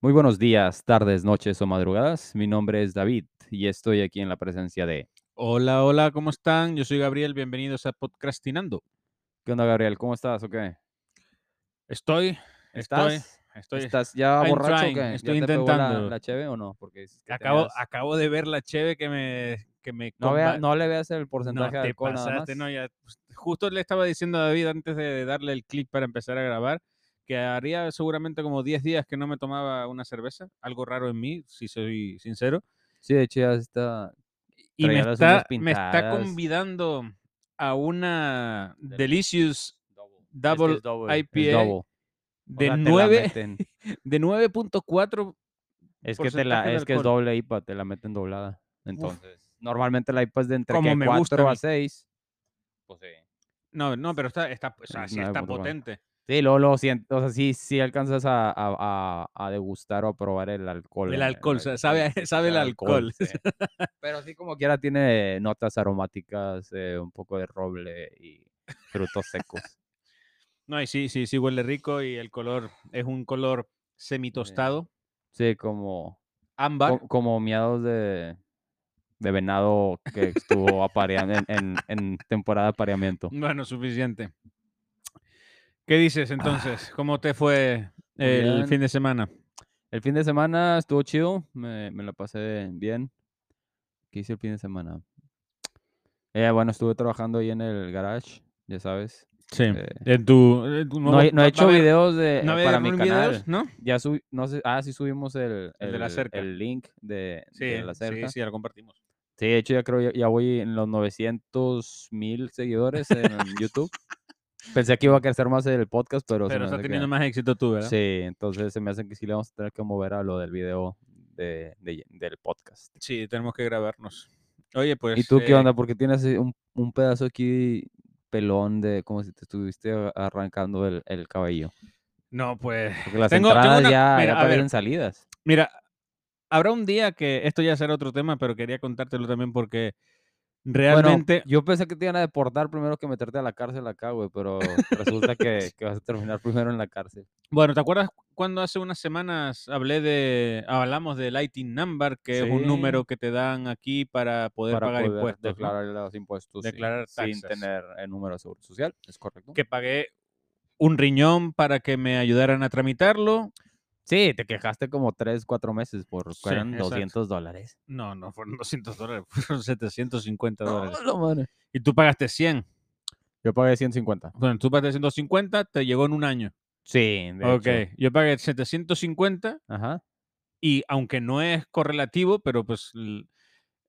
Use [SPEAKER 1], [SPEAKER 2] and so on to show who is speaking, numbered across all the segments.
[SPEAKER 1] Muy buenos días, tardes, noches o madrugadas. Mi nombre es David y estoy aquí en la presencia de...
[SPEAKER 2] Hola, hola, ¿cómo están? Yo soy Gabriel, bienvenidos a Podcastinando.
[SPEAKER 1] ¿Qué onda, Gabriel? ¿Cómo estás o qué?
[SPEAKER 2] Estoy, estoy,
[SPEAKER 1] ¿Estás?
[SPEAKER 2] estoy.
[SPEAKER 1] ¿Estás ya
[SPEAKER 2] I'm
[SPEAKER 1] borracho
[SPEAKER 2] trying,
[SPEAKER 1] o qué?
[SPEAKER 2] estoy
[SPEAKER 1] ¿Ya te pegó la-
[SPEAKER 2] intentando.
[SPEAKER 1] ¿La, cheve o no? Porque dices que
[SPEAKER 2] Acabo,
[SPEAKER 1] tenías-
[SPEAKER 2] acabo de ver la cheve que me, que me
[SPEAKER 1] no, vea-
[SPEAKER 2] comba-
[SPEAKER 1] no le veas el
[SPEAKER 2] No,
[SPEAKER 1] porcentaje de
[SPEAKER 2] te
[SPEAKER 1] alcohol nada
[SPEAKER 2] pasaste,
[SPEAKER 1] más.
[SPEAKER 2] no, ya. pues, Justo le estaba diciendo a David antes de darle el clip para empezar a grabar que haría seguramente como 10 días que no me tomaba una cerveza, algo raro en mí, si soy sincero.
[SPEAKER 1] Sí, de hecho ya está...
[SPEAKER 2] Y me
[SPEAKER 1] Traíalas unas
[SPEAKER 2] está, me está
[SPEAKER 1] pintadas.
[SPEAKER 2] convidando a una
[SPEAKER 1] Del-
[SPEAKER 2] Delicious
[SPEAKER 1] Este es
[SPEAKER 2] Double
[SPEAKER 1] double, es
[SPEAKER 2] IPA
[SPEAKER 1] double. O
[SPEAKER 2] de
[SPEAKER 1] sea, te la
[SPEAKER 2] 9
[SPEAKER 1] meten.
[SPEAKER 2] de 9.4.
[SPEAKER 1] Es que, te
[SPEAKER 2] porcentaje
[SPEAKER 1] la,
[SPEAKER 2] de
[SPEAKER 1] es que es
[SPEAKER 2] alcohol.
[SPEAKER 1] doble IPA, te la meten doblada. Entonces, normalmente la IPA es de entre
[SPEAKER 2] Como
[SPEAKER 1] que
[SPEAKER 2] me gusta a
[SPEAKER 1] 4 a
[SPEAKER 2] mí.
[SPEAKER 1] 6. Pues sí.
[SPEAKER 2] No, no, pero está, está, o sea,
[SPEAKER 1] Es
[SPEAKER 2] sí está
[SPEAKER 1] 9.4.
[SPEAKER 2] potente.
[SPEAKER 1] Sí, luego lo siento, o sea, sí, sí alcanzas a, a- a- a degustar o a probar el alcohol.
[SPEAKER 2] El
[SPEAKER 1] en- en
[SPEAKER 2] alcohol, o sea,
[SPEAKER 1] alcohol,
[SPEAKER 2] sabe, a- sabe el
[SPEAKER 1] sabe a
[SPEAKER 2] alcohol.
[SPEAKER 1] sí. Pero sí, como quiera, tiene notas aromáticas, eh, un poco de roble y frutos secos.
[SPEAKER 2] No, y sí, sí, sí huele rico y el color es un
[SPEAKER 1] Eh,
[SPEAKER 2] color semitostado,
[SPEAKER 1] Sí, como,
[SPEAKER 2] ámbar.
[SPEAKER 1] co- como miados de, de venado que estuvo apareando en, en- en temporada de apareamiento.
[SPEAKER 2] Bueno, suficiente. ¿Qué dices entonces? ¿Cómo te fue
[SPEAKER 1] Ah. Muy
[SPEAKER 2] el
[SPEAKER 1] bien.
[SPEAKER 2] fin de semana?
[SPEAKER 1] El fin de semana estuvo chido, me, me la pasé bien. ¿Qué hice el fin de semana? Eh, bueno, estuve trabajando ahí en el garage, ya sabes.
[SPEAKER 2] Sí.
[SPEAKER 1] eh,
[SPEAKER 2] En tu, eh, tu
[SPEAKER 1] No,
[SPEAKER 2] nuevo-
[SPEAKER 1] he- no
[SPEAKER 2] va- va
[SPEAKER 1] he
[SPEAKER 2] a
[SPEAKER 1] hecho
[SPEAKER 2] haber-
[SPEAKER 1] videos de, eh,
[SPEAKER 2] ¿No va a
[SPEAKER 1] para
[SPEAKER 2] haber
[SPEAKER 1] mi
[SPEAKER 2] videos,
[SPEAKER 1] canal.
[SPEAKER 2] no?
[SPEAKER 1] Ya subí, no sé, ah, sí subimos el,
[SPEAKER 2] El de la cerca.
[SPEAKER 1] el link de,
[SPEAKER 2] Sí,
[SPEAKER 1] de la cerca.
[SPEAKER 2] sí,
[SPEAKER 1] Sí,
[SPEAKER 2] sí, ya lo compartimos.
[SPEAKER 1] de hecho ya creo, ya, ya voy en los 900 mil seguidores en YouTube. Pensé que iba a crecer más el podcast, pero... se
[SPEAKER 2] Pero
[SPEAKER 1] me
[SPEAKER 2] está
[SPEAKER 1] hace que-
[SPEAKER 2] teniendo más éxito tú, ¿verdad?
[SPEAKER 1] Sí, entonces se me hace que sí le vamos a tener que mover a lo del video de, de- del podcast.
[SPEAKER 2] Sí, tenemos que grabarnos. Oye, pues.
[SPEAKER 1] ¿Y tú qué
[SPEAKER 2] eh,
[SPEAKER 1] onda? Porque tienes eh, un, un pedazo aquí pelón de como si te estuviste a- arrancando el, el cabello.
[SPEAKER 2] No, pues.
[SPEAKER 1] Porque las
[SPEAKER 2] Tengo- tengo
[SPEAKER 1] entradas
[SPEAKER 2] una-
[SPEAKER 1] ya,
[SPEAKER 2] mira,
[SPEAKER 1] ya
[SPEAKER 2] a ver.
[SPEAKER 1] parecen salidas.
[SPEAKER 2] Mira, habrá un día que esto ya será otro tema, pero quería contártelo también porque realmente.
[SPEAKER 1] Bueno, yo pensé que te iban a deportar primero que meterte a la cárcel acá, güey, pero resulta que, que vas a terminar primero en la cárcel.
[SPEAKER 2] Bueno, ¿te acuerdas cuando hace unas semanas hablé de. hablamos del Lighting Number, que es un
[SPEAKER 1] Sí.
[SPEAKER 2] número que te dan aquí para poder
[SPEAKER 1] para
[SPEAKER 2] pagar
[SPEAKER 1] poder
[SPEAKER 2] impuestos? ¿no?
[SPEAKER 1] declarar los impuestos sin-
[SPEAKER 2] Declarar
[SPEAKER 1] sin,
[SPEAKER 2] taxas.
[SPEAKER 1] tener el número de seguro social, ¿es correcto?
[SPEAKER 2] Que pagué un riñón para que me ayudaran a tramitarlo.
[SPEAKER 1] Sí, te quejaste como tres, cuatro meses por
[SPEAKER 2] Sí,
[SPEAKER 1] eran
[SPEAKER 2] exacto.
[SPEAKER 1] 200 dólares.
[SPEAKER 2] No, no fueron 200 dólares, fueron 750 dólares.
[SPEAKER 1] ¡A la madre!
[SPEAKER 2] Y tú pagaste 100.
[SPEAKER 1] Yo pagué 150.
[SPEAKER 2] Bueno, tú pagaste 150, te llegó en un año.
[SPEAKER 1] Sí, de
[SPEAKER 2] ok,
[SPEAKER 1] hecho.
[SPEAKER 2] yo pagué 750
[SPEAKER 1] Ajá.
[SPEAKER 2] y aunque no es correlativo, pero pues l-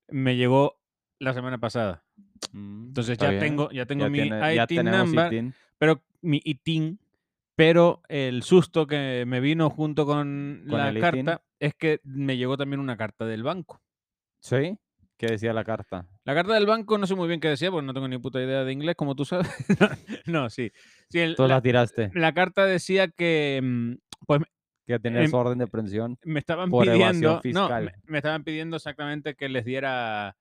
[SPEAKER 2] me llegó la semana pasada.
[SPEAKER 1] Mm,
[SPEAKER 2] Entonces
[SPEAKER 1] está
[SPEAKER 2] ya
[SPEAKER 1] bien.
[SPEAKER 2] tengo, ya tengo
[SPEAKER 1] Ya
[SPEAKER 2] mi
[SPEAKER 1] tiene- ya
[SPEAKER 2] ITIN
[SPEAKER 1] tenemos
[SPEAKER 2] number,
[SPEAKER 1] ITIN.
[SPEAKER 2] pero mi ITIN, pero el susto que me vino junto con,
[SPEAKER 1] Con
[SPEAKER 2] la
[SPEAKER 1] el
[SPEAKER 2] carta
[SPEAKER 1] ITIN.
[SPEAKER 2] es que me llegó también una carta del banco.
[SPEAKER 1] Sí. ¿Qué decía la carta?
[SPEAKER 2] La carta del banco no sé muy bien qué decía, porque no tengo ni puta idea de inglés, como tú sabes. no, sí. sí el-
[SPEAKER 1] Tú la,
[SPEAKER 2] la,
[SPEAKER 1] tiraste.
[SPEAKER 2] la carta decía que mm, pues
[SPEAKER 1] Que tenías
[SPEAKER 2] em-
[SPEAKER 1] orden de prisión.
[SPEAKER 2] me estaban
[SPEAKER 1] Por evasión
[SPEAKER 2] pidiendo, no, me,
[SPEAKER 1] fiscal.
[SPEAKER 2] me estaban pidiendo exactamente que les diera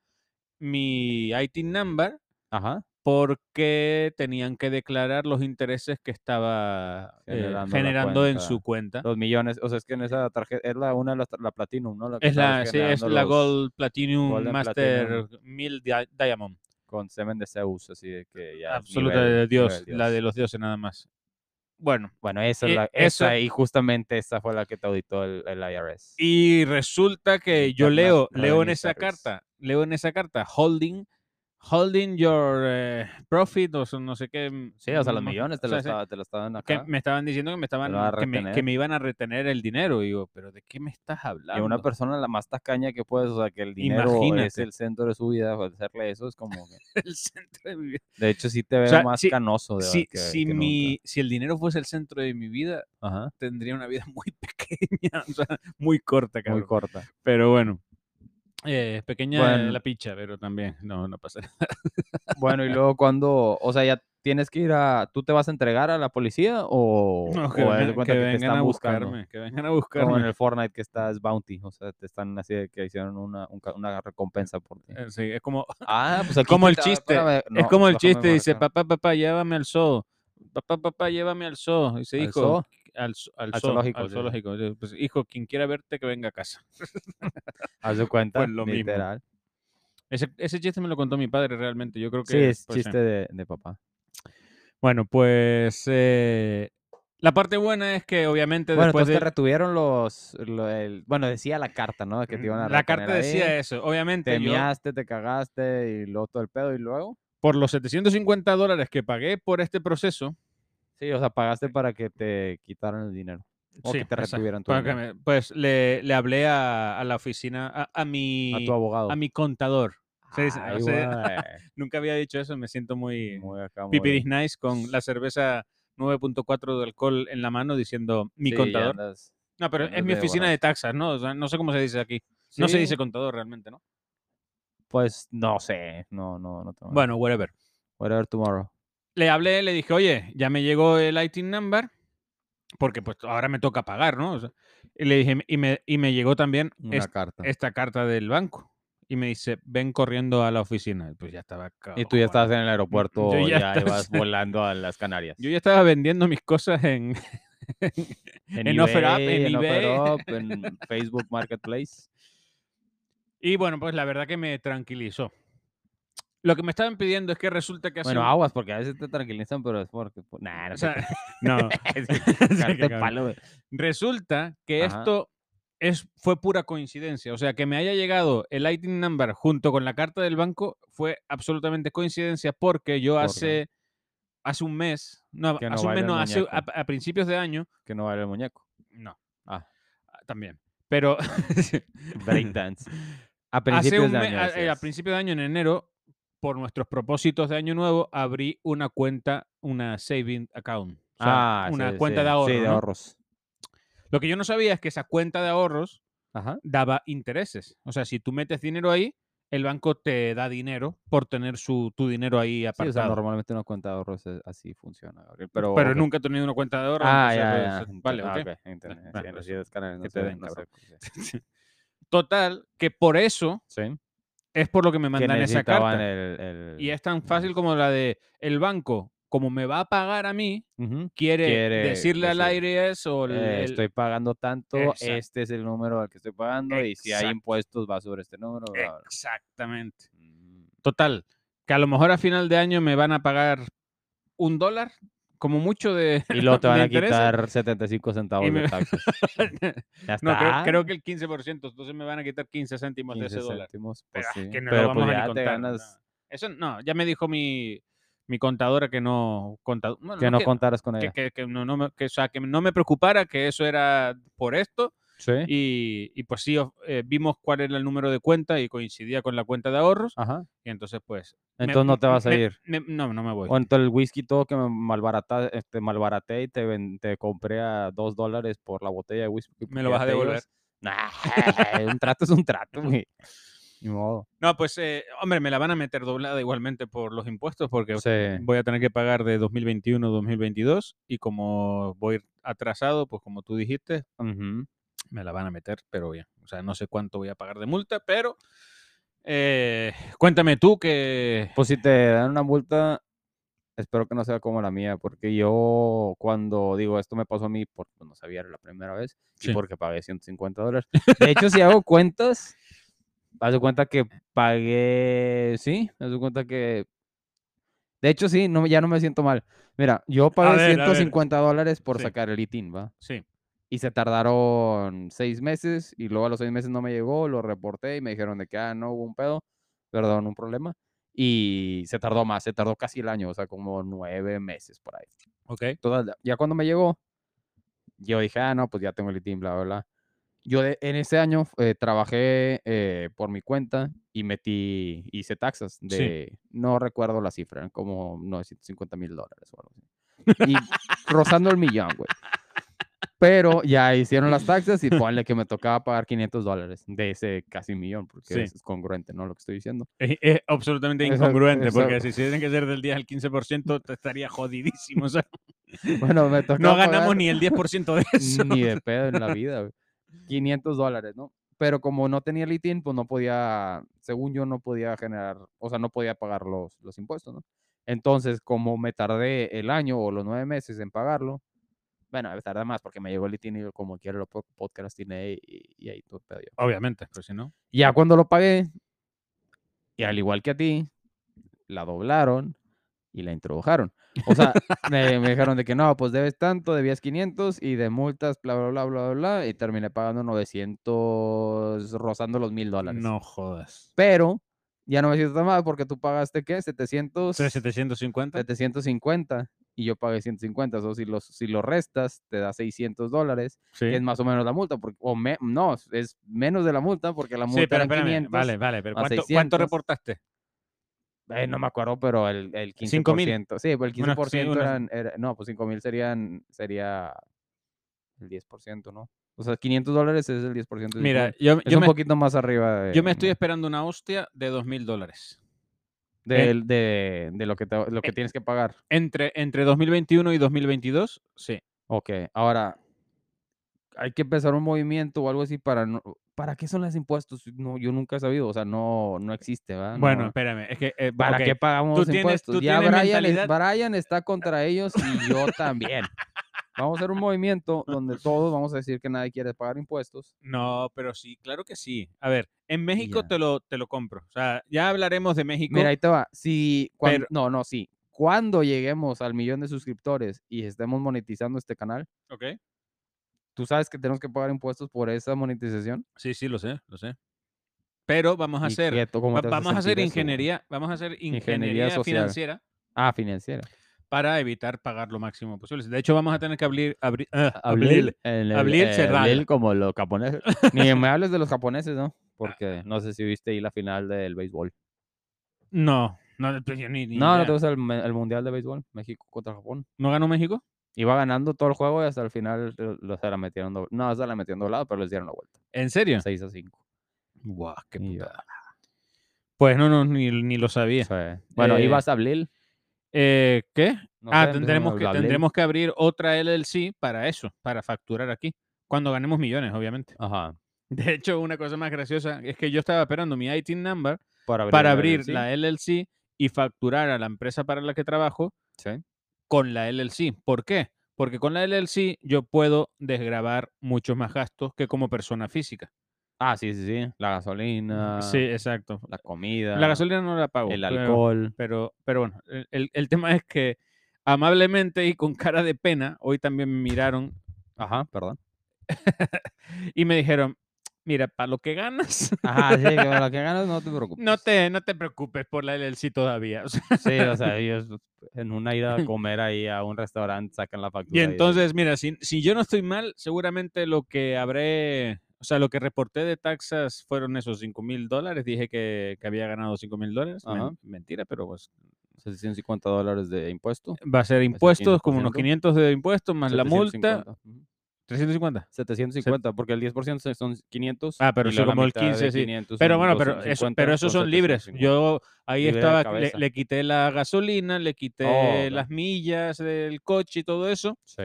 [SPEAKER 2] mi IT number
[SPEAKER 1] Ajá.
[SPEAKER 2] porque tenían que declarar los intereses que estaba eh,
[SPEAKER 1] Generando
[SPEAKER 2] generando,
[SPEAKER 1] la
[SPEAKER 2] en
[SPEAKER 1] cuenta.
[SPEAKER 2] su cuenta.
[SPEAKER 1] Los millones. O sea, es que en esa tarjeta es la una de las tar- la Platinum, ¿no? La que
[SPEAKER 2] Es
[SPEAKER 1] estabas
[SPEAKER 2] la, sí, es
[SPEAKER 1] generando
[SPEAKER 2] la
[SPEAKER 1] los-
[SPEAKER 2] Gold Platinum
[SPEAKER 1] Golden
[SPEAKER 2] Master 1000 Dia- Diamond.
[SPEAKER 1] con semen de Zeus, así de que ya. es
[SPEAKER 2] Absoluta
[SPEAKER 1] nivel-
[SPEAKER 2] de Dios,
[SPEAKER 1] nivel
[SPEAKER 2] la de los dioses nada más. Bueno,
[SPEAKER 1] Bueno, esa, es
[SPEAKER 2] Eh,
[SPEAKER 1] la,
[SPEAKER 2] eso-
[SPEAKER 1] esa y justamente esa fue la que te auditó el, el IRS.
[SPEAKER 2] y resulta que yo
[SPEAKER 1] Internal
[SPEAKER 2] leo, leo en
[SPEAKER 1] Revenue
[SPEAKER 2] esa
[SPEAKER 1] Service.
[SPEAKER 2] carta, leo en esa carta, holding, holding your eh, profit, o so- no sé qué. mm,
[SPEAKER 1] sí, o sea, los
[SPEAKER 2] mm,
[SPEAKER 1] millones te,
[SPEAKER 2] o sea,
[SPEAKER 1] lo
[SPEAKER 2] sí,
[SPEAKER 1] estaba- te lo estaban
[SPEAKER 2] que
[SPEAKER 1] acá.
[SPEAKER 2] me estaban diciendo que me
[SPEAKER 1] van
[SPEAKER 2] estaban
[SPEAKER 1] a
[SPEAKER 2] que me, que
[SPEAKER 1] retener.
[SPEAKER 2] me iban a retener el dinero. Y digo, pero ¿de qué me estás
[SPEAKER 1] Y
[SPEAKER 2] hablando?
[SPEAKER 1] una persona la más tacaña que puedes, o sea, que el dinero es
[SPEAKER 2] Imagínate.
[SPEAKER 1] el centro de su vida, pues, hacerle eso es como que...
[SPEAKER 2] El centro de mi vida.
[SPEAKER 1] De hecho, sí te veo
[SPEAKER 2] sea,
[SPEAKER 1] más
[SPEAKER 2] si-
[SPEAKER 1] canoso de
[SPEAKER 2] Si,
[SPEAKER 1] Oh, que,
[SPEAKER 2] si
[SPEAKER 1] que nunca.
[SPEAKER 2] mi, si el dinero fuese el centro de mi vida,
[SPEAKER 1] Ajá,
[SPEAKER 2] tendría una vida muy pequeña, o sea, muy corta, cabrón.
[SPEAKER 1] muy corta.
[SPEAKER 2] pero bueno. Eh, pequeña
[SPEAKER 1] Bueno.
[SPEAKER 2] la picha, pero también, no, no pasa nada.
[SPEAKER 1] Bueno, y luego cuando, o sea, ya tienes que ir a... ¿Tú te vas a entregar a la policía o,
[SPEAKER 2] No,
[SPEAKER 1] o haz de
[SPEAKER 2] vengan-
[SPEAKER 1] cuenta que
[SPEAKER 2] que
[SPEAKER 1] te
[SPEAKER 2] vengan
[SPEAKER 1] están
[SPEAKER 2] a
[SPEAKER 1] buscando?
[SPEAKER 2] buscarme, que vengan a
[SPEAKER 1] Como en
[SPEAKER 2] buscarme.
[SPEAKER 1] el Fortnite que estás bounty, o sea, te están así de que hicieron una, un ca- una recompensa por ti.
[SPEAKER 2] Eh, sí, es como,
[SPEAKER 1] Ah, pues aquí
[SPEAKER 2] como
[SPEAKER 1] te
[SPEAKER 2] el
[SPEAKER 1] estaba-
[SPEAKER 2] chiste,
[SPEAKER 1] espérame,
[SPEAKER 2] es
[SPEAKER 1] no, pues
[SPEAKER 2] como el
[SPEAKER 1] déjame
[SPEAKER 2] chiste, dice,
[SPEAKER 1] marcar.
[SPEAKER 2] papá, papá, llévame al zoo. Papá, papá, llévame al zoo. Y se
[SPEAKER 1] ¿Al
[SPEAKER 2] dijo,
[SPEAKER 1] zoo?
[SPEAKER 2] al, zo- al
[SPEAKER 1] Al
[SPEAKER 2] zoo,
[SPEAKER 1] zoológico,
[SPEAKER 2] al
[SPEAKER 1] sí.
[SPEAKER 2] zoológico. Yo, pues, hijo, quien quiera verte, que venga a casa.
[SPEAKER 1] Haz de cuenta.
[SPEAKER 2] Pues lo mismo.
[SPEAKER 3] Literal.
[SPEAKER 2] Ese, ese chiste me lo contó mi padre realmente. Yo creo que
[SPEAKER 3] Sí, es
[SPEAKER 2] pues, sí.
[SPEAKER 3] chiste de, de papá.
[SPEAKER 2] Bueno, pues eh, la parte buena es que obviamente
[SPEAKER 1] Bueno,
[SPEAKER 2] después
[SPEAKER 1] entonces
[SPEAKER 2] de
[SPEAKER 1] te retuvieron los. lo- el- bueno, decía la carta, ¿no? Que te iban a
[SPEAKER 2] Mm, la
[SPEAKER 1] reponer
[SPEAKER 2] carta
[SPEAKER 1] ahí,
[SPEAKER 2] decía eso. Obviamente
[SPEAKER 1] Te
[SPEAKER 2] yo,
[SPEAKER 1] miaste, te cagaste y luego todo el pedo y luego.
[SPEAKER 2] por los 750 dólares que pagué por este proceso,
[SPEAKER 1] Sí, o sea, pagaste para que te quitaran el dinero. O que te
[SPEAKER 2] exacto,
[SPEAKER 1] retuvieran tu
[SPEAKER 2] para que
[SPEAKER 1] dinero.
[SPEAKER 2] me- pues le, le hablé a, a la oficina, a, a mi,
[SPEAKER 1] A tu abogado.
[SPEAKER 2] a mi contador. Se dice,
[SPEAKER 1] Ay,
[SPEAKER 2] o sea,
[SPEAKER 1] güey,
[SPEAKER 2] nunca había dicho eso, me siento muy,
[SPEAKER 1] muy acá, muy-
[SPEAKER 2] pipiris nice con la cerveza 9.4 de alcohol en la mano diciendo mi
[SPEAKER 1] Sí, ya
[SPEAKER 2] contador.
[SPEAKER 1] andas-
[SPEAKER 2] No, pero
[SPEAKER 1] andas
[SPEAKER 2] es mi
[SPEAKER 1] de
[SPEAKER 2] oficina de taxas, ¿no? O sea, no sé cómo se dice aquí. No se
[SPEAKER 1] Sí,
[SPEAKER 2] dice contador realmente, ¿no?
[SPEAKER 1] Pues no sé. No, no, no tengo.
[SPEAKER 2] Bueno, whatever.
[SPEAKER 1] Whatever tomorrow.
[SPEAKER 2] Le hablé, le dije, oye, ya me llegó el ITIN number, porque pues ahora me toca pagar, ¿no? O sea, y le dije, y me, y me llegó también
[SPEAKER 3] Una
[SPEAKER 2] es-
[SPEAKER 3] carta.
[SPEAKER 2] esta carta del banco. Y me dice, ven corriendo a la oficina. Y Pues ya estaba acá.
[SPEAKER 1] Y tú ya estabas en el aeropuerto,
[SPEAKER 2] Yo ya
[SPEAKER 1] ya,
[SPEAKER 2] estaba-
[SPEAKER 1] ibas volando a las Canarias.
[SPEAKER 2] Yo ya estaba vendiendo mis cosas en, en OfferUp, en eBay.
[SPEAKER 1] OfferUp, en Facebook Marketplace.
[SPEAKER 2] Y bueno, pues la verdad que me tranquilizó. Lo que me estaban pidiendo es que resulta que hace
[SPEAKER 1] Bueno, ah,
[SPEAKER 2] un-
[SPEAKER 1] aguas, porque a veces te tranquilizan, pero es porque. pues, Nah, no
[SPEAKER 2] o
[SPEAKER 1] sé.
[SPEAKER 2] sea, no,
[SPEAKER 1] cagarte
[SPEAKER 2] cabrón.
[SPEAKER 1] palo, güey.
[SPEAKER 2] resulta que
[SPEAKER 1] Ajá.
[SPEAKER 2] esto es, fue pura coincidencia. O sea, que me haya llegado el ITIN number junto con la carta del banco fue absolutamente coincidencia porque yo
[SPEAKER 1] qué?
[SPEAKER 2] hace, hace un mes, no,
[SPEAKER 1] Que no
[SPEAKER 2] hace un
[SPEAKER 1] baila
[SPEAKER 2] mes,
[SPEAKER 1] el
[SPEAKER 2] no, hace, a,
[SPEAKER 1] muñeco.
[SPEAKER 2] a principios de año,
[SPEAKER 1] Que no vale el muñeco.
[SPEAKER 2] no,
[SPEAKER 1] Ah.
[SPEAKER 2] también. Pero
[SPEAKER 1] Breakdance. A
[SPEAKER 2] Hace
[SPEAKER 1] principios
[SPEAKER 2] un
[SPEAKER 1] de
[SPEAKER 2] mes-
[SPEAKER 1] año.
[SPEAKER 2] a, eh, a
[SPEAKER 1] decías.
[SPEAKER 2] principio de año, en enero, por nuestros propósitos de año nuevo, abrí una cuenta, una saving account. o sea,
[SPEAKER 1] Ah,
[SPEAKER 2] una
[SPEAKER 1] sí,
[SPEAKER 2] cuenta
[SPEAKER 1] sí,
[SPEAKER 2] de ahorro.
[SPEAKER 1] Sí, de
[SPEAKER 2] ¿no?
[SPEAKER 1] ahorros.
[SPEAKER 2] Lo que yo no sabía es que esa cuenta de ahorros
[SPEAKER 1] Ajá.
[SPEAKER 2] daba intereses. O sea, si tú metes dinero ahí, el banco te da dinero por tener su, tu dinero ahí
[SPEAKER 1] Sí, o
[SPEAKER 2] apartado.
[SPEAKER 1] sea, normalmente una cuenta de ahorros es- así funciona. Gabriel, Pero, ok.
[SPEAKER 2] nunca he tenido una cuenta de ahorros.
[SPEAKER 1] Ah,
[SPEAKER 2] entonces, pues,
[SPEAKER 1] ya, ya.
[SPEAKER 2] eh, Vale,
[SPEAKER 1] entiendo. Ah,
[SPEAKER 2] ok.
[SPEAKER 1] ok, entiendo.
[SPEAKER 2] Ah,
[SPEAKER 1] Sí,
[SPEAKER 2] bueno,
[SPEAKER 1] en los
[SPEAKER 2] eso.
[SPEAKER 1] días canales no
[SPEAKER 2] que te
[SPEAKER 1] se ven,
[SPEAKER 2] den,
[SPEAKER 1] no sé,
[SPEAKER 2] cabrón.
[SPEAKER 1] pues, sí.
[SPEAKER 2] Total, que por eso
[SPEAKER 1] Sí. Que
[SPEAKER 2] es por lo que me mandan esa
[SPEAKER 1] necesitaban
[SPEAKER 2] carta.
[SPEAKER 1] el- el-
[SPEAKER 2] Y es tan fácil como la de el banco, como me va a pagar a mí,
[SPEAKER 1] Ujú.
[SPEAKER 2] quiere,
[SPEAKER 1] quiere
[SPEAKER 2] decirle al
[SPEAKER 1] decir,
[SPEAKER 2] aire eso. el-
[SPEAKER 1] Eh,
[SPEAKER 2] el-
[SPEAKER 1] estoy pagando tanto,
[SPEAKER 2] Exacto.
[SPEAKER 1] este es el número al que estoy pagando y si hay
[SPEAKER 2] Exacto. Eh,
[SPEAKER 1] impuestos va sobre este número. bla, bla, bla.
[SPEAKER 2] Exactamente.
[SPEAKER 1] Mm,
[SPEAKER 2] Total, que a lo mejor a final de año me van a pagar un dólar, como mucho de...
[SPEAKER 1] Y luego te
[SPEAKER 2] de
[SPEAKER 1] van a
[SPEAKER 2] intereses.
[SPEAKER 1] quitar 75 centavos
[SPEAKER 2] Y me-
[SPEAKER 1] de taxes. Ya
[SPEAKER 2] no, creo,
[SPEAKER 1] está.
[SPEAKER 2] creo que el 15%, entonces me van a quitar 15 céntimos de
[SPEAKER 1] 15
[SPEAKER 2] ese dólar.
[SPEAKER 1] céntimos,
[SPEAKER 2] Pero
[SPEAKER 1] pues
[SPEAKER 2] es
[SPEAKER 1] sí.
[SPEAKER 2] que no
[SPEAKER 1] Pero
[SPEAKER 2] lo vamos
[SPEAKER 1] pues
[SPEAKER 2] a
[SPEAKER 1] ya
[SPEAKER 2] ni
[SPEAKER 1] te
[SPEAKER 2] contar.
[SPEAKER 1] ganas
[SPEAKER 2] no. Eso no, ya me dijo mi, mi contadora que no... contado bueno,
[SPEAKER 1] que
[SPEAKER 2] no
[SPEAKER 1] no
[SPEAKER 2] que-
[SPEAKER 1] contaras con
[SPEAKER 2] que-
[SPEAKER 1] ella.
[SPEAKER 2] que- que no- no me- que, o sea, que no me preocupara, que eso era por esto
[SPEAKER 1] Sí.
[SPEAKER 2] Y, y, pues sí, of- eh, vimos cuál era el número de cuenta y coincidía con la cuenta de ahorros.
[SPEAKER 1] Ajá.
[SPEAKER 2] Y entonces, pues. me-
[SPEAKER 1] Entonces no te vas a
[SPEAKER 2] me-
[SPEAKER 1] ir.
[SPEAKER 2] pues me- no, no me voy.
[SPEAKER 1] O entonces el whisky todo que me malbarata, este, malbaraté y te, ven- te compré a dos dólares por la botella de whisky. que
[SPEAKER 2] Me lo vas a
[SPEAKER 1] pillaste
[SPEAKER 2] devolver.
[SPEAKER 1] ellos. Nah, un trato es un trato, güey. Ni modo.
[SPEAKER 2] No, pues, eh, hombre, me la van a meter doblada igualmente por los impuestos porque
[SPEAKER 1] Sí.
[SPEAKER 2] voy a tener que pagar de 2021 2022. Y como voy atrasado, pues como tú dijiste,
[SPEAKER 1] Ujú.
[SPEAKER 2] me la van a meter, pero bien. O sea, no sé cuánto voy a pagar de multa, pero. eh, cuéntame tú que.
[SPEAKER 1] Pues si te dan una multa, espero que no sea como la mía, porque yo cuando digo esto me pasó a mí, porque no sabía era la primera vez,
[SPEAKER 2] Sí.
[SPEAKER 1] y porque pagué 150 dólares. De hecho, si hago cuentas, haz de cuenta que pagué, sí, haz de cuenta que... De hecho, sí, no, ya no me siento mal. Mira, yo pagué
[SPEAKER 2] ver, a ver.
[SPEAKER 1] 150 dólares por
[SPEAKER 2] Sí.
[SPEAKER 1] sacar el ITIN, ¿va?
[SPEAKER 2] Sí.
[SPEAKER 1] Y se tardaron seis meses y luego a los seis meses no me llegó, lo reporté y me dijeron de que, ah, no hubo un pedo, perdón, un problema. Y se tardó más, se tardó casi el año, o sea, como nueve meses por ahí.
[SPEAKER 2] Ok.
[SPEAKER 1] Total, ya cuando me llegó, yo dije, ah, no, pues ya tengo el ITIN, bla, bla, bla. Yo de- en ese año eh, trabajé eh, por mi cuenta y metí, hice taxas de, no recuerdo la cifra, eran como 950 mil dólares o algo así. Y rozando el millón, güey. Pero ya hicieron las taxas y ponle que me tocaba pagar 500 dólares de ese casi millón, porque
[SPEAKER 2] Sí.
[SPEAKER 1] es congruente, ¿no? Lo que estoy diciendo.
[SPEAKER 2] Es, es absolutamente
[SPEAKER 1] Esa-
[SPEAKER 2] incongruente, porque
[SPEAKER 1] esa-
[SPEAKER 2] si tienen que ser del 10 al 15%, te estaría jodidísimo. o sea,
[SPEAKER 1] Bueno, me tocaba
[SPEAKER 2] no ganamos
[SPEAKER 1] pagar-
[SPEAKER 2] ni el 10% de eso.
[SPEAKER 1] Ni de pedo en la vida, güey. 500 dólares, ¿no? Pero como no tenía el ITIN, pues no podía, según yo, no podía generar, o sea, no podía pagar los, los impuestos, ¿no? Entonces, como me tardé el año o los nueve meses en pagarlo, Bueno, tarda más porque me llegó el litín y como quiera lo po- podcast tiene y, y ahí todo el pedo.
[SPEAKER 2] Obviamente, pero si no.
[SPEAKER 1] Ya cuando lo pagué, y al igual que a ti, la doblaron y la introdujeron. O sea, me, me dijeron de que no, pues debes tanto, debías 500 y de multas, bla, bla, bla, bla, bla, y terminé pagando 900, rozando los mil dólares.
[SPEAKER 2] No jodas.
[SPEAKER 1] Pero ya no me siento tan mal porque tú pagaste, ¿qué? 700,
[SPEAKER 2] ¿Soy 750?
[SPEAKER 1] 750 y yo pagué 150. O sea, si los, si los restas, te da 600 dólares,
[SPEAKER 2] Sí.
[SPEAKER 1] que es más o menos la multa, porque, o me- no, es menos de la multa porque la multa
[SPEAKER 2] Sí, pero
[SPEAKER 1] eran
[SPEAKER 2] espérame.
[SPEAKER 1] 500.
[SPEAKER 2] Vale, vale. Pero
[SPEAKER 1] a
[SPEAKER 2] ¿cuánto,
[SPEAKER 1] 600.
[SPEAKER 2] cuánto reportaste?
[SPEAKER 1] Eh, no me acuerdo, pero el, el 15%.
[SPEAKER 2] ¿Cinco mil?
[SPEAKER 1] Sí, pues el 15%
[SPEAKER 2] Unas- sí, unas-
[SPEAKER 1] eran, era- No, pues 5 mil serían. Sería el 10%, ¿no? O sea, 500 dólares es el 10%. de
[SPEAKER 2] Mira,
[SPEAKER 1] 5,000.
[SPEAKER 2] yo,
[SPEAKER 1] es
[SPEAKER 2] yo
[SPEAKER 1] un
[SPEAKER 2] me,
[SPEAKER 1] poquito más arriba de,
[SPEAKER 2] yo me estoy eh esperando una hostia de 2.000 dólares.
[SPEAKER 1] de, de- de lo, que te- lo que
[SPEAKER 2] eh.
[SPEAKER 1] tienes que pagar.
[SPEAKER 2] Entre, entre 2021 y 2022, sí.
[SPEAKER 1] Ok, ahora. Hay que empezar un movimiento o algo así para. No, ¿Para qué son los impuestos? No, yo nunca he sabido. O sea, no, no existe, ¿verdad?
[SPEAKER 2] Bueno,
[SPEAKER 1] Ah, No-
[SPEAKER 2] espérame. Es que, eh,
[SPEAKER 1] ¿Para
[SPEAKER 2] ok,
[SPEAKER 1] qué pagamos los
[SPEAKER 2] tienes-
[SPEAKER 1] impuestos?
[SPEAKER 2] tú
[SPEAKER 1] Ya
[SPEAKER 2] tienes
[SPEAKER 1] Brian, es-
[SPEAKER 2] mentalidad-
[SPEAKER 1] Brian está contra ellos y yo también. Vamos a hacer un movimiento donde todos vamos a decir que nadie quiere pagar impuestos.
[SPEAKER 2] No, pero sí, claro que sí. A ver, en México
[SPEAKER 1] ya.
[SPEAKER 2] te lo, te lo compro. O sea, ya hablaremos de México.
[SPEAKER 1] Mira, ahí te va. Si, cuan-
[SPEAKER 2] Pero-
[SPEAKER 1] no, no, sí. Cuando lleguemos al millón de suscriptores y estemos monetizando este canal,
[SPEAKER 2] Ok.
[SPEAKER 1] ¿tú sabes que tenemos que pagar impuestos por esa monetización?
[SPEAKER 2] Sí, sí, lo sé, lo sé. Pero vamos a
[SPEAKER 1] ¿Y
[SPEAKER 2] hacer,
[SPEAKER 1] qué- tú cómo
[SPEAKER 2] va-
[SPEAKER 1] te vas
[SPEAKER 2] vamos a hacer
[SPEAKER 1] sentir eso, güey?
[SPEAKER 2] ingeniería, vamos a hacer ingeniería,
[SPEAKER 1] social.
[SPEAKER 2] financiera
[SPEAKER 1] Ah, financiera.
[SPEAKER 2] para evitar pagar lo máximo posible. De hecho, vamos a tener que abrir, abrir, ah, abrir-
[SPEAKER 1] Abril, el- el-
[SPEAKER 2] Abril
[SPEAKER 1] eh,
[SPEAKER 2] Serrano.
[SPEAKER 1] Abril como los japoneses. Ni me hables de los japoneses, ¿no?
[SPEAKER 2] Ah.
[SPEAKER 1] Porque no sé si viste ahí la final del béisbol.
[SPEAKER 2] No, no, pues yo ni- ni
[SPEAKER 1] No, no
[SPEAKER 2] idea.
[SPEAKER 1] te gusta el, me- el Mundial de Béisbol, México contra Japón.
[SPEAKER 2] ¿No ganó México?
[SPEAKER 1] Iba ganando todo el juego y hasta el final eh, lo- se la metieron doblada. No, se la metieron doblada, pero les dieron la vuelta.
[SPEAKER 2] ¿En serio?
[SPEAKER 1] 6 a 5.
[SPEAKER 2] Guau, qué
[SPEAKER 1] Y yo,
[SPEAKER 2] putada. Pues no, no, ni, ni lo sabía.
[SPEAKER 1] Bueno,
[SPEAKER 2] Eh,
[SPEAKER 1] ibas a Abril.
[SPEAKER 2] Eh, ¿Qué?
[SPEAKER 1] no
[SPEAKER 2] ah,
[SPEAKER 1] sé, empezamos
[SPEAKER 2] tendremos
[SPEAKER 1] con
[SPEAKER 2] que,
[SPEAKER 1] Abril.
[SPEAKER 2] tendremos que abrir otra LLC para eso, para facturar aquí. Cuando ganemos millones, obviamente.
[SPEAKER 1] Ajá.
[SPEAKER 2] De hecho, una cosa más graciosa es que yo estaba esperando mi ITIN number
[SPEAKER 1] Para abrir,
[SPEAKER 2] para
[SPEAKER 1] la
[SPEAKER 2] abrir
[SPEAKER 1] LLC.
[SPEAKER 2] la LLC y facturar a la empresa para la que trabajo
[SPEAKER 1] Sí.
[SPEAKER 2] con la LLC. ¿Por qué? Porque con la LLC yo puedo desgravar muchos más gastos que como persona física.
[SPEAKER 1] Ah, sí, sí, sí. La gasolina,
[SPEAKER 2] sí, exacto.
[SPEAKER 1] la comida,
[SPEAKER 2] La gasolina no la pago.
[SPEAKER 1] Ah, el
[SPEAKER 2] pero-
[SPEAKER 1] alcohol.
[SPEAKER 2] Pero, pero bueno, el- el, el tema es que amablemente y con cara de pena, hoy también me miraron
[SPEAKER 1] Ajá, perdón.
[SPEAKER 2] y me dijeron, mira, para lo que ganas,
[SPEAKER 1] Ajá, sí, que con lo que ganas no te preocupes.
[SPEAKER 2] no te, no te preocupes por la LLC todavía. O sea,
[SPEAKER 1] Sí, o sea, ellos en una ida a comer ahí a un restaurante sacan la factura.
[SPEAKER 2] Y entonces, mira, si, si yo no estoy mal, seguramente lo que habré, o sea, lo que reporté de taxas fueron esos 5 mil dólares. Dije que, que había ganado 5 mil dólares. men-
[SPEAKER 1] Ajá.
[SPEAKER 2] Mentira, pero pues
[SPEAKER 1] entonces... 650 dólares de impuesto.
[SPEAKER 2] va a ser impuestos, como unos
[SPEAKER 1] 15%.
[SPEAKER 2] 500 de impuestos, más la multa.
[SPEAKER 1] 750, ujú.
[SPEAKER 2] 350.
[SPEAKER 1] 750, porque el 10% se- son 500.
[SPEAKER 2] Ah, pero
[SPEAKER 1] y
[SPEAKER 2] sí,
[SPEAKER 1] luego la
[SPEAKER 2] como el
[SPEAKER 1] mitad de
[SPEAKER 2] 15, sí.
[SPEAKER 1] 500
[SPEAKER 2] Pero
[SPEAKER 1] son
[SPEAKER 2] bueno, pero, eso,
[SPEAKER 1] 250,
[SPEAKER 2] pero esos son libres.
[SPEAKER 1] 750.
[SPEAKER 2] Yo ahí
[SPEAKER 1] Libre de
[SPEAKER 2] estaba, le,
[SPEAKER 1] cabeza.
[SPEAKER 2] le quité la gasolina, le quité
[SPEAKER 1] Oh, ok.
[SPEAKER 2] las millas del coche y todo eso.
[SPEAKER 1] Sí.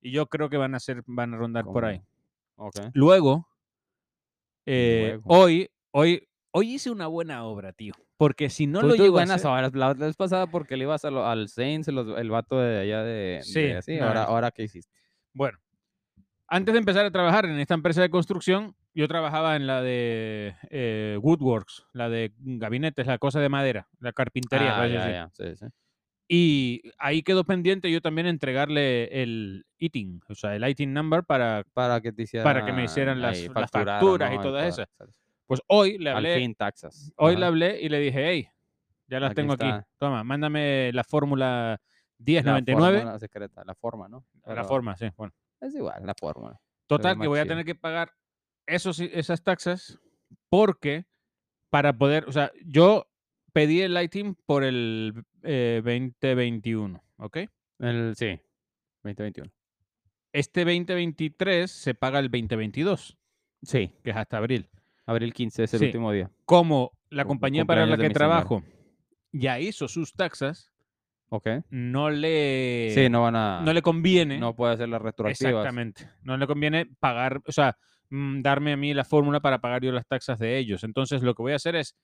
[SPEAKER 2] Y yo creo que van a ser, van a rondar por
[SPEAKER 1] como-
[SPEAKER 2] ahí.
[SPEAKER 1] Ok.
[SPEAKER 2] Luego, eh,
[SPEAKER 1] Luego.
[SPEAKER 2] hoy, hoy, hoy hice una buena obra, tío. Porque si no
[SPEAKER 1] Pues Tú-
[SPEAKER 2] lo
[SPEAKER 1] tú
[SPEAKER 2] llego a
[SPEAKER 1] buenas
[SPEAKER 2] hacer,
[SPEAKER 1] horas. La vez pasada porque le ibas a lo- al Saints, los- el vato de allá de...
[SPEAKER 2] Sí,
[SPEAKER 1] de así,
[SPEAKER 2] no,
[SPEAKER 1] ahora,
[SPEAKER 2] es-
[SPEAKER 1] ahora ¿qué hiciste?
[SPEAKER 2] bueno, antes de empezar a trabajar en esta empresa de construcción, yo trabajaba en la de eh, Woodworks, la de gabinetes, la cosa de madera, la carpintería. por
[SPEAKER 1] Ah,
[SPEAKER 2] así
[SPEAKER 1] ya,
[SPEAKER 2] decir.
[SPEAKER 1] ya, sí, sí.
[SPEAKER 2] Y ahí quedó pendiente yo también entregarle el ITIN, o sea, el ITIN number para...
[SPEAKER 1] Para que te hicieran...
[SPEAKER 2] hicieran las-
[SPEAKER 1] ahí,
[SPEAKER 2] las
[SPEAKER 1] facturaran,
[SPEAKER 2] facturas y
[SPEAKER 1] ¿no?
[SPEAKER 2] todas
[SPEAKER 1] para-
[SPEAKER 2] esas.
[SPEAKER 1] sales.
[SPEAKER 2] Pues hoy le
[SPEAKER 1] Al
[SPEAKER 2] hablé,
[SPEAKER 1] fin, taxas.
[SPEAKER 2] hoy le
[SPEAKER 1] Ajá.
[SPEAKER 2] hablé y le dije, hey, ya las
[SPEAKER 1] Aquí
[SPEAKER 2] tengo aquí,
[SPEAKER 1] está.
[SPEAKER 2] toma, mándame la fórmula
[SPEAKER 1] La
[SPEAKER 2] 1099.
[SPEAKER 1] fórmula secreta, la forma, ¿no?
[SPEAKER 2] la
[SPEAKER 1] Pero
[SPEAKER 2] forma, sí, bueno.
[SPEAKER 1] Es igual, la fórmula.
[SPEAKER 2] Total, que
[SPEAKER 1] más
[SPEAKER 2] voy a
[SPEAKER 1] chido.
[SPEAKER 2] tener que pagar esos, i- esas taxas porque para poder, o sea, yo pedí el ITIN por el eh, 2021, ¿ok?
[SPEAKER 1] El, sí, 2021.
[SPEAKER 2] Este 2023 se paga el 2022,
[SPEAKER 1] Sí,
[SPEAKER 2] que es hasta abril.
[SPEAKER 1] abril 15 es el
[SPEAKER 2] Sí.
[SPEAKER 1] último día.
[SPEAKER 2] como la
[SPEAKER 1] Cum-
[SPEAKER 2] compañía para la
[SPEAKER 1] cumpleaños de
[SPEAKER 2] que
[SPEAKER 1] mi señora.
[SPEAKER 2] trabajo ya hizo sus taxas,
[SPEAKER 1] Ok.
[SPEAKER 2] no le,
[SPEAKER 1] sí,
[SPEAKER 2] Eh, no,
[SPEAKER 1] no van a. No,
[SPEAKER 2] le conviene.
[SPEAKER 1] puede hacer las retroactivas.
[SPEAKER 2] exactamente. No le conviene pagar, o sea, mm, darme a mí la fórmula para pagar yo las taxas de ellos. Entonces, lo que voy a hacer es,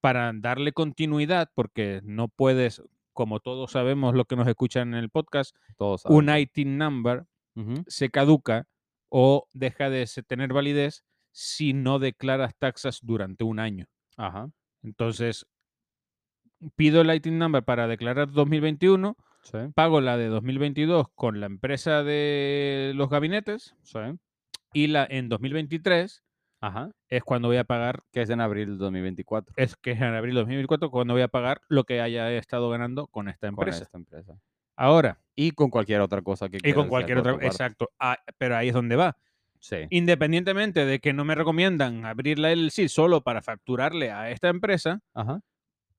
[SPEAKER 2] para darle continuidad, porque no puedes, como todos sabemos, lo que nos escuchan en el podcast,
[SPEAKER 1] Todos saben.
[SPEAKER 2] un IT number
[SPEAKER 1] Ujú.
[SPEAKER 2] se caduca o deja de se- tener validez si no declaras taxas durante un año.
[SPEAKER 1] Ajá.
[SPEAKER 2] Entonces, pido el ITIN number para declarar 2021,
[SPEAKER 1] Sí,
[SPEAKER 2] pago la de 2022 con la empresa de los gabinetes
[SPEAKER 1] sí.
[SPEAKER 2] y la en 2023
[SPEAKER 1] Ajá.
[SPEAKER 2] es cuando voy a pagar,
[SPEAKER 1] Que es en abril de 2024.
[SPEAKER 2] es que es en abril de 2024 cuando voy a pagar lo que haya estado ganando con esta
[SPEAKER 1] Con
[SPEAKER 2] empresa.
[SPEAKER 1] esta empresa.
[SPEAKER 2] Ahora,
[SPEAKER 1] Y con cualquier otra cosa que
[SPEAKER 2] y
[SPEAKER 1] quieras
[SPEAKER 2] con
[SPEAKER 1] hacer
[SPEAKER 2] cualquier
[SPEAKER 1] por
[SPEAKER 2] otra,
[SPEAKER 1] tu parte.
[SPEAKER 2] exacto, ah, pero ahí es donde va.
[SPEAKER 1] Sí.
[SPEAKER 2] Independientemente de que no me recomiendan abrir la LLC solo para facturarle a esta empresa,
[SPEAKER 1] Ajá.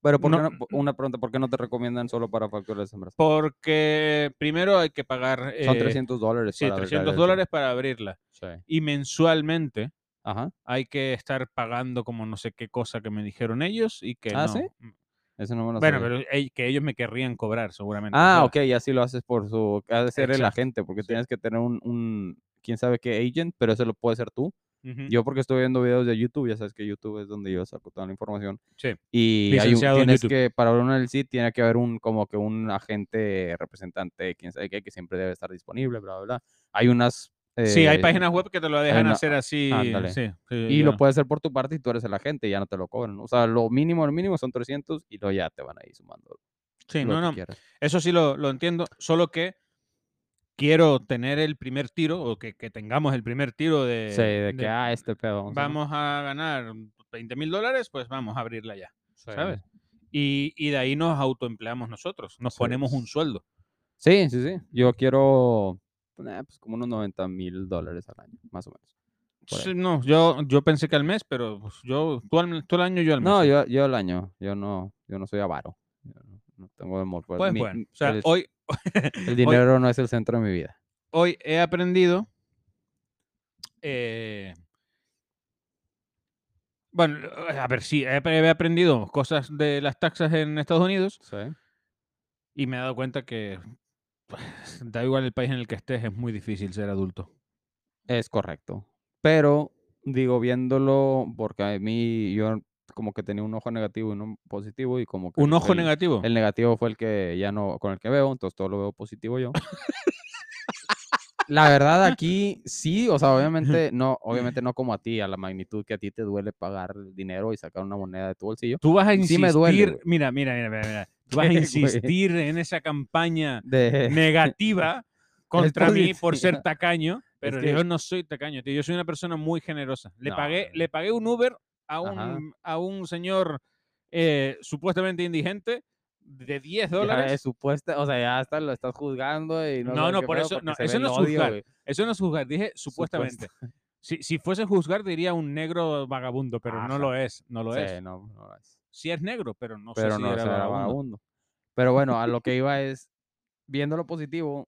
[SPEAKER 1] Pero ¿por
[SPEAKER 2] No- mm,
[SPEAKER 1] qué no- po- una pregunta, ¿por qué no te recomiendan solo para facturas de empresa?
[SPEAKER 2] porque primero hay que pagar
[SPEAKER 1] Son
[SPEAKER 2] eh,
[SPEAKER 1] 300 dólares.
[SPEAKER 2] sí,
[SPEAKER 1] para ver la
[SPEAKER 2] 300
[SPEAKER 1] LLC.
[SPEAKER 2] dólares para abrirla.
[SPEAKER 1] Sí.
[SPEAKER 2] Y mensualmente
[SPEAKER 1] Ajá.
[SPEAKER 2] hay que estar pagando como no sé qué cosa que me dijeron ellos y que
[SPEAKER 1] Ah,
[SPEAKER 2] no. mm,
[SPEAKER 1] ¿sí? Eso no me lo
[SPEAKER 2] Bueno,
[SPEAKER 1] sabía.
[SPEAKER 2] pero ell- que ellos me querrían cobrar seguramente.
[SPEAKER 1] Ah,
[SPEAKER 2] ¿sabes?
[SPEAKER 1] ok, y así lo haces por su. Ha de ser el
[SPEAKER 2] Exacto,
[SPEAKER 1] agente, porque
[SPEAKER 2] sí.
[SPEAKER 1] tienes que tener un, un. Quién sabe qué agent, pero eso lo puede ser tú.
[SPEAKER 2] Ujú.
[SPEAKER 1] Yo, porque estoy viendo videos de YouTube, ya sabes que YouTube es donde yo saco toda la información.
[SPEAKER 2] Sí.
[SPEAKER 1] Y hay un,
[SPEAKER 2] Licenciado en
[SPEAKER 1] tienes
[SPEAKER 2] YouTube.
[SPEAKER 1] que, para una LLC, tiene que haber un, como que un agente representante, quién sabe qué, que siempre debe estar disponible, bla, bla, bla. Hay unas.
[SPEAKER 2] sí, hay
[SPEAKER 1] eh,
[SPEAKER 2] páginas web que te lo dejan
[SPEAKER 1] una-
[SPEAKER 2] hacer así.
[SPEAKER 1] ándale.
[SPEAKER 2] sí, sí,
[SPEAKER 1] Y
[SPEAKER 2] yo
[SPEAKER 1] lo
[SPEAKER 2] no.
[SPEAKER 1] puedes hacer por tu parte y tú eres el agente y ya no te lo cobran. O sea, lo mínimo, lo mínimo son 300 y luego ya te van ahí sumando
[SPEAKER 2] Sí,
[SPEAKER 1] lo
[SPEAKER 2] no,
[SPEAKER 1] que
[SPEAKER 2] no.
[SPEAKER 1] quieras.
[SPEAKER 2] Eso sí lo, lo entiendo, solo que quiero tener el primer tiro o que, que tengamos el primer tiro de,
[SPEAKER 1] sí, de que,
[SPEAKER 2] eh, de,
[SPEAKER 1] ah, este pedo. vamos a-
[SPEAKER 2] vamos a ganar 20 mil dólares, pues vamos a abrirla ya,
[SPEAKER 1] Sí.
[SPEAKER 2] ¿sabes? Y, y de ahí nos autoempleamos nosotros, nos
[SPEAKER 1] Sí,
[SPEAKER 2] ponemos un
[SPEAKER 1] es-
[SPEAKER 2] sueldo.
[SPEAKER 1] Sí, sí, sí. Yo quiero eh, pues como unos 90 mil dólares al año, más o menos. por ahí.
[SPEAKER 2] Sí, no, yo, yo pensé que al mes, pero pues, yo, tú, al, tú al año, yo al mes.
[SPEAKER 1] No,
[SPEAKER 2] sí.
[SPEAKER 1] yo, yo al año. Yo no, yo no soy avaro. Yo no, no tengo amor. por-
[SPEAKER 2] Pues
[SPEAKER 1] mi-
[SPEAKER 2] bueno,
[SPEAKER 1] mi-
[SPEAKER 2] o sea,
[SPEAKER 1] el,
[SPEAKER 2] hoy,
[SPEAKER 1] el dinero no es el centro de mi vida.
[SPEAKER 2] hoy he aprendido. eh, bueno, eh, a ver, sí, he he aprendido cosas de las taxas en Estados Unidos.
[SPEAKER 1] Sí.
[SPEAKER 2] Y me he dado cuenta que pues, da igual el país en el que estés, es muy difícil ser adulto.
[SPEAKER 1] Es correcto. Pero, digo, viéndolo, porque a mí yo como que tenía un ojo negativo y uno positivo y como que...
[SPEAKER 2] Un ojo
[SPEAKER 1] el-
[SPEAKER 2] negativo.
[SPEAKER 1] El negativo fue el que ya no, con el que veo, entonces todo lo veo positivo yo. La verdad aquí sí, o sea, obviamente no, obviamente no como a ti, a la magnitud que a ti te duele pagar el dinero y sacar una moneda de tu bolsillo.
[SPEAKER 2] Tú vas a insistir.
[SPEAKER 1] sí me duele, güey.
[SPEAKER 2] mira, mira, mira, mira, mira. Tú vas a
[SPEAKER 1] ¿Qué, güey?
[SPEAKER 2] insistir en esa campaña
[SPEAKER 1] De...
[SPEAKER 2] negativa contra mí por ser
[SPEAKER 1] positiva.
[SPEAKER 2] tacaño, pero
[SPEAKER 1] que-
[SPEAKER 2] yo no soy tacaño, tío. Yo soy una persona muy generosa. Le
[SPEAKER 1] No,
[SPEAKER 2] pagué,
[SPEAKER 1] no.
[SPEAKER 2] le pagué un Uber a
[SPEAKER 1] Ajá.
[SPEAKER 2] un, a un señor eh, supuestamente indigente de 10
[SPEAKER 1] ya
[SPEAKER 2] dólares.
[SPEAKER 1] es supuesta, o sea, ya hasta lo estás juzgando y no
[SPEAKER 2] No,
[SPEAKER 1] sabes
[SPEAKER 2] no,
[SPEAKER 1] qué
[SPEAKER 2] por
[SPEAKER 1] pedo
[SPEAKER 2] eso-
[SPEAKER 1] porque
[SPEAKER 2] no,
[SPEAKER 1] se ve
[SPEAKER 2] eso no
[SPEAKER 1] el
[SPEAKER 2] es
[SPEAKER 1] odio,
[SPEAKER 2] juzgar.
[SPEAKER 1] güey.
[SPEAKER 2] Eso no es juzgar, dije supuestamente. Si, si fuese juzgar, diría un negro vagabundo, pero no
[SPEAKER 1] Ajá.
[SPEAKER 2] lo es, no lo
[SPEAKER 1] Sí,
[SPEAKER 2] es.
[SPEAKER 1] no, no es.
[SPEAKER 2] Sí es negro, pero no
[SPEAKER 1] pero
[SPEAKER 2] sé si
[SPEAKER 1] no
[SPEAKER 2] era
[SPEAKER 1] será
[SPEAKER 2] vagabundo.
[SPEAKER 1] vagabundo. Pero bueno, a lo que iba es, viendo lo positivo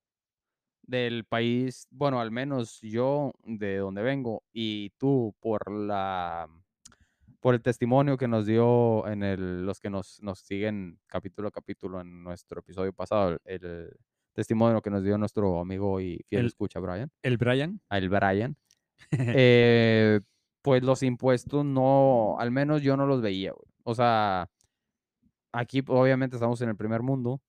[SPEAKER 1] del país, bueno, al menos yo de donde vengo y tú por la por el testimonio que nos dio en el, los que nos, nos siguen capítulo a capítulo en nuestro episodio pasado, el, el testimonio que nos dio nuestro amigo y fiel
[SPEAKER 2] El-
[SPEAKER 1] escucha, Brian,
[SPEAKER 2] El Brian.
[SPEAKER 1] a el Brian, eh, pues los impuestos no, al menos yo no los veía, güey. O sea, aquí pues, obviamente estamos en el primer mundo.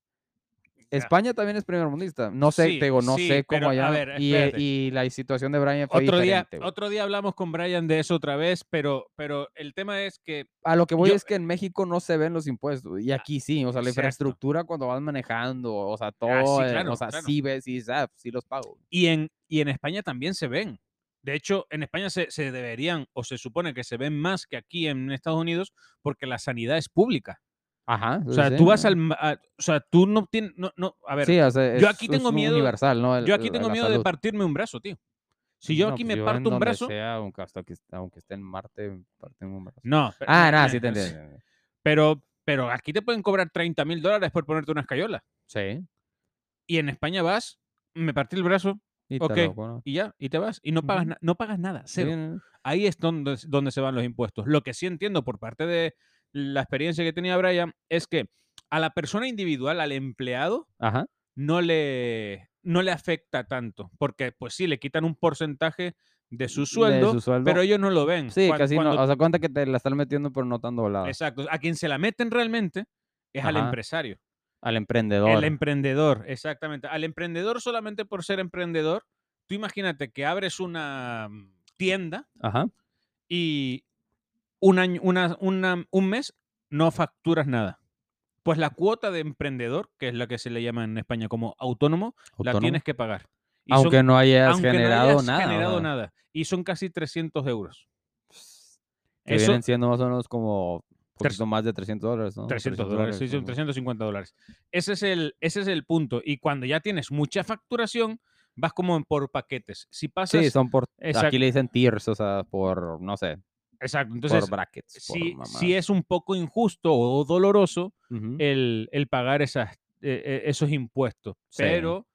[SPEAKER 1] España también es primer mundista. No sé,
[SPEAKER 2] Sí,
[SPEAKER 1] te digo, no
[SPEAKER 2] sí,
[SPEAKER 1] sé
[SPEAKER 2] pero,
[SPEAKER 1] cómo
[SPEAKER 2] a
[SPEAKER 1] allá.
[SPEAKER 2] ver,
[SPEAKER 1] y, eh,
[SPEAKER 2] espérate.
[SPEAKER 1] y la situación de Brian fue
[SPEAKER 2] otro día,
[SPEAKER 1] diferente. güey.
[SPEAKER 2] otro día hablamos con Brian de eso otra vez, pero, pero el tema es que
[SPEAKER 1] A lo que voy
[SPEAKER 2] yo- Ah,
[SPEAKER 1] es que en México no se ven los impuestos. Y aquí sí, o sea, la
[SPEAKER 2] exacto.
[SPEAKER 1] infraestructura cuando vas manejando, o sea, todo, eh,
[SPEAKER 2] Ah, claro,
[SPEAKER 1] o sea,
[SPEAKER 2] claro.
[SPEAKER 1] sí ves y dices, "Ah, sí los pago.
[SPEAKER 2] y en, y en España también se ven. De hecho, en España se, se deberían o se supone que se ven más que aquí en Estados Unidos porque la sanidad es pública.
[SPEAKER 1] Ajá.
[SPEAKER 2] O sea,
[SPEAKER 1] sí,
[SPEAKER 2] tú vas
[SPEAKER 1] no.
[SPEAKER 2] al... ma- a- o sea, tú no tienes... No, no, a ver,
[SPEAKER 1] Sí, o sea,
[SPEAKER 2] yo
[SPEAKER 1] es-
[SPEAKER 2] aquí tengo
[SPEAKER 1] es
[SPEAKER 2] miedo-
[SPEAKER 1] Universal, ¿no? El-
[SPEAKER 2] Yo aquí
[SPEAKER 1] la-
[SPEAKER 2] tengo
[SPEAKER 1] la
[SPEAKER 2] miedo de
[SPEAKER 1] salud.
[SPEAKER 2] partirme un brazo, tío. Si yo
[SPEAKER 1] No,
[SPEAKER 2] aquí
[SPEAKER 1] pues
[SPEAKER 2] me
[SPEAKER 1] yo en
[SPEAKER 2] parto un
[SPEAKER 1] donde
[SPEAKER 2] brazo.
[SPEAKER 1] sea, aunque, hasta que, aunque esté en Marte, parten un brazo.
[SPEAKER 2] No. pe-
[SPEAKER 1] Ah,
[SPEAKER 2] no,
[SPEAKER 1] nada,
[SPEAKER 2] eh,
[SPEAKER 1] sí te
[SPEAKER 2] eh,
[SPEAKER 1] entiendo.
[SPEAKER 2] Pero, pero aquí te pueden cobrar 30 mil dólares por ponerte una escayola.
[SPEAKER 1] Sí.
[SPEAKER 2] Y en España vas, me partí el brazo
[SPEAKER 1] Y
[SPEAKER 2] Ok.
[SPEAKER 1] te lo cobro.
[SPEAKER 2] y ya, y te vas. Y no pagas,
[SPEAKER 1] Ujú.
[SPEAKER 2] na- no pagas nada,
[SPEAKER 1] Sí,
[SPEAKER 2] cero.
[SPEAKER 1] no, no.
[SPEAKER 2] Ahí es donde, s- donde se van los impuestos. Lo que sí entiendo por parte de la experiencia que tenía Brian es que a la persona individual, al empleado,
[SPEAKER 1] Ajá.
[SPEAKER 2] no le, no le afecta tanto. Porque, pues sí, le quitan un porcentaje de su
[SPEAKER 1] de
[SPEAKER 2] sueldo,
[SPEAKER 1] su sueldo. mm,
[SPEAKER 2] pero ellos no lo ven.
[SPEAKER 1] Sí,
[SPEAKER 2] Cuan-
[SPEAKER 1] casi
[SPEAKER 2] cuando
[SPEAKER 1] no. O sea, cuenta que te la están metiendo, pero no tan doblada.
[SPEAKER 2] Exacto. A quien se la meten realmente es al
[SPEAKER 1] Ajá.
[SPEAKER 2] empresario.
[SPEAKER 1] Al emprendedor.
[SPEAKER 2] El emprendedor, exactamente. Al emprendedor solamente por ser emprendedor tú imagínate que abres una mm, tienda
[SPEAKER 1] Ajá.
[SPEAKER 2] y un, año, una, una- un mes no facturas nada. Pues la cuota de emprendedor, que es la que se le llama en España como autónomo, la
[SPEAKER 1] Autónomo.
[SPEAKER 2] tienes que pagar. Y son-
[SPEAKER 1] aunque no hayas
[SPEAKER 2] aunque no
[SPEAKER 1] generado
[SPEAKER 2] hayas
[SPEAKER 1] nada.
[SPEAKER 2] generado
[SPEAKER 1] ¿verdad?
[SPEAKER 2] nada. Y son casi 300 euros.
[SPEAKER 1] Que
[SPEAKER 2] Eso-
[SPEAKER 1] vienen siendo más o menos como un
[SPEAKER 2] Tres-
[SPEAKER 1] poquito más de 300 dólares, ¿no?
[SPEAKER 2] 300 dólares, sí, son
[SPEAKER 1] ¿no?
[SPEAKER 2] 350 dólares. Ese es, el, ese es el punto. Y cuando ya tienes mucha facturación, vas como en por paquetes. Si pasas.
[SPEAKER 1] Sí, son por.
[SPEAKER 2] Exacto.
[SPEAKER 1] Aquí le dicen tiers, o sea, por, no sé,
[SPEAKER 2] exacto. Entonces,
[SPEAKER 1] por brackets. por
[SPEAKER 2] si,
[SPEAKER 1] mamadas.
[SPEAKER 2] si es un poco injusto o doloroso
[SPEAKER 1] Ujú.
[SPEAKER 2] el, el pagar esas, eh, eh, esos impuestos.
[SPEAKER 1] Sí.
[SPEAKER 2] Pero,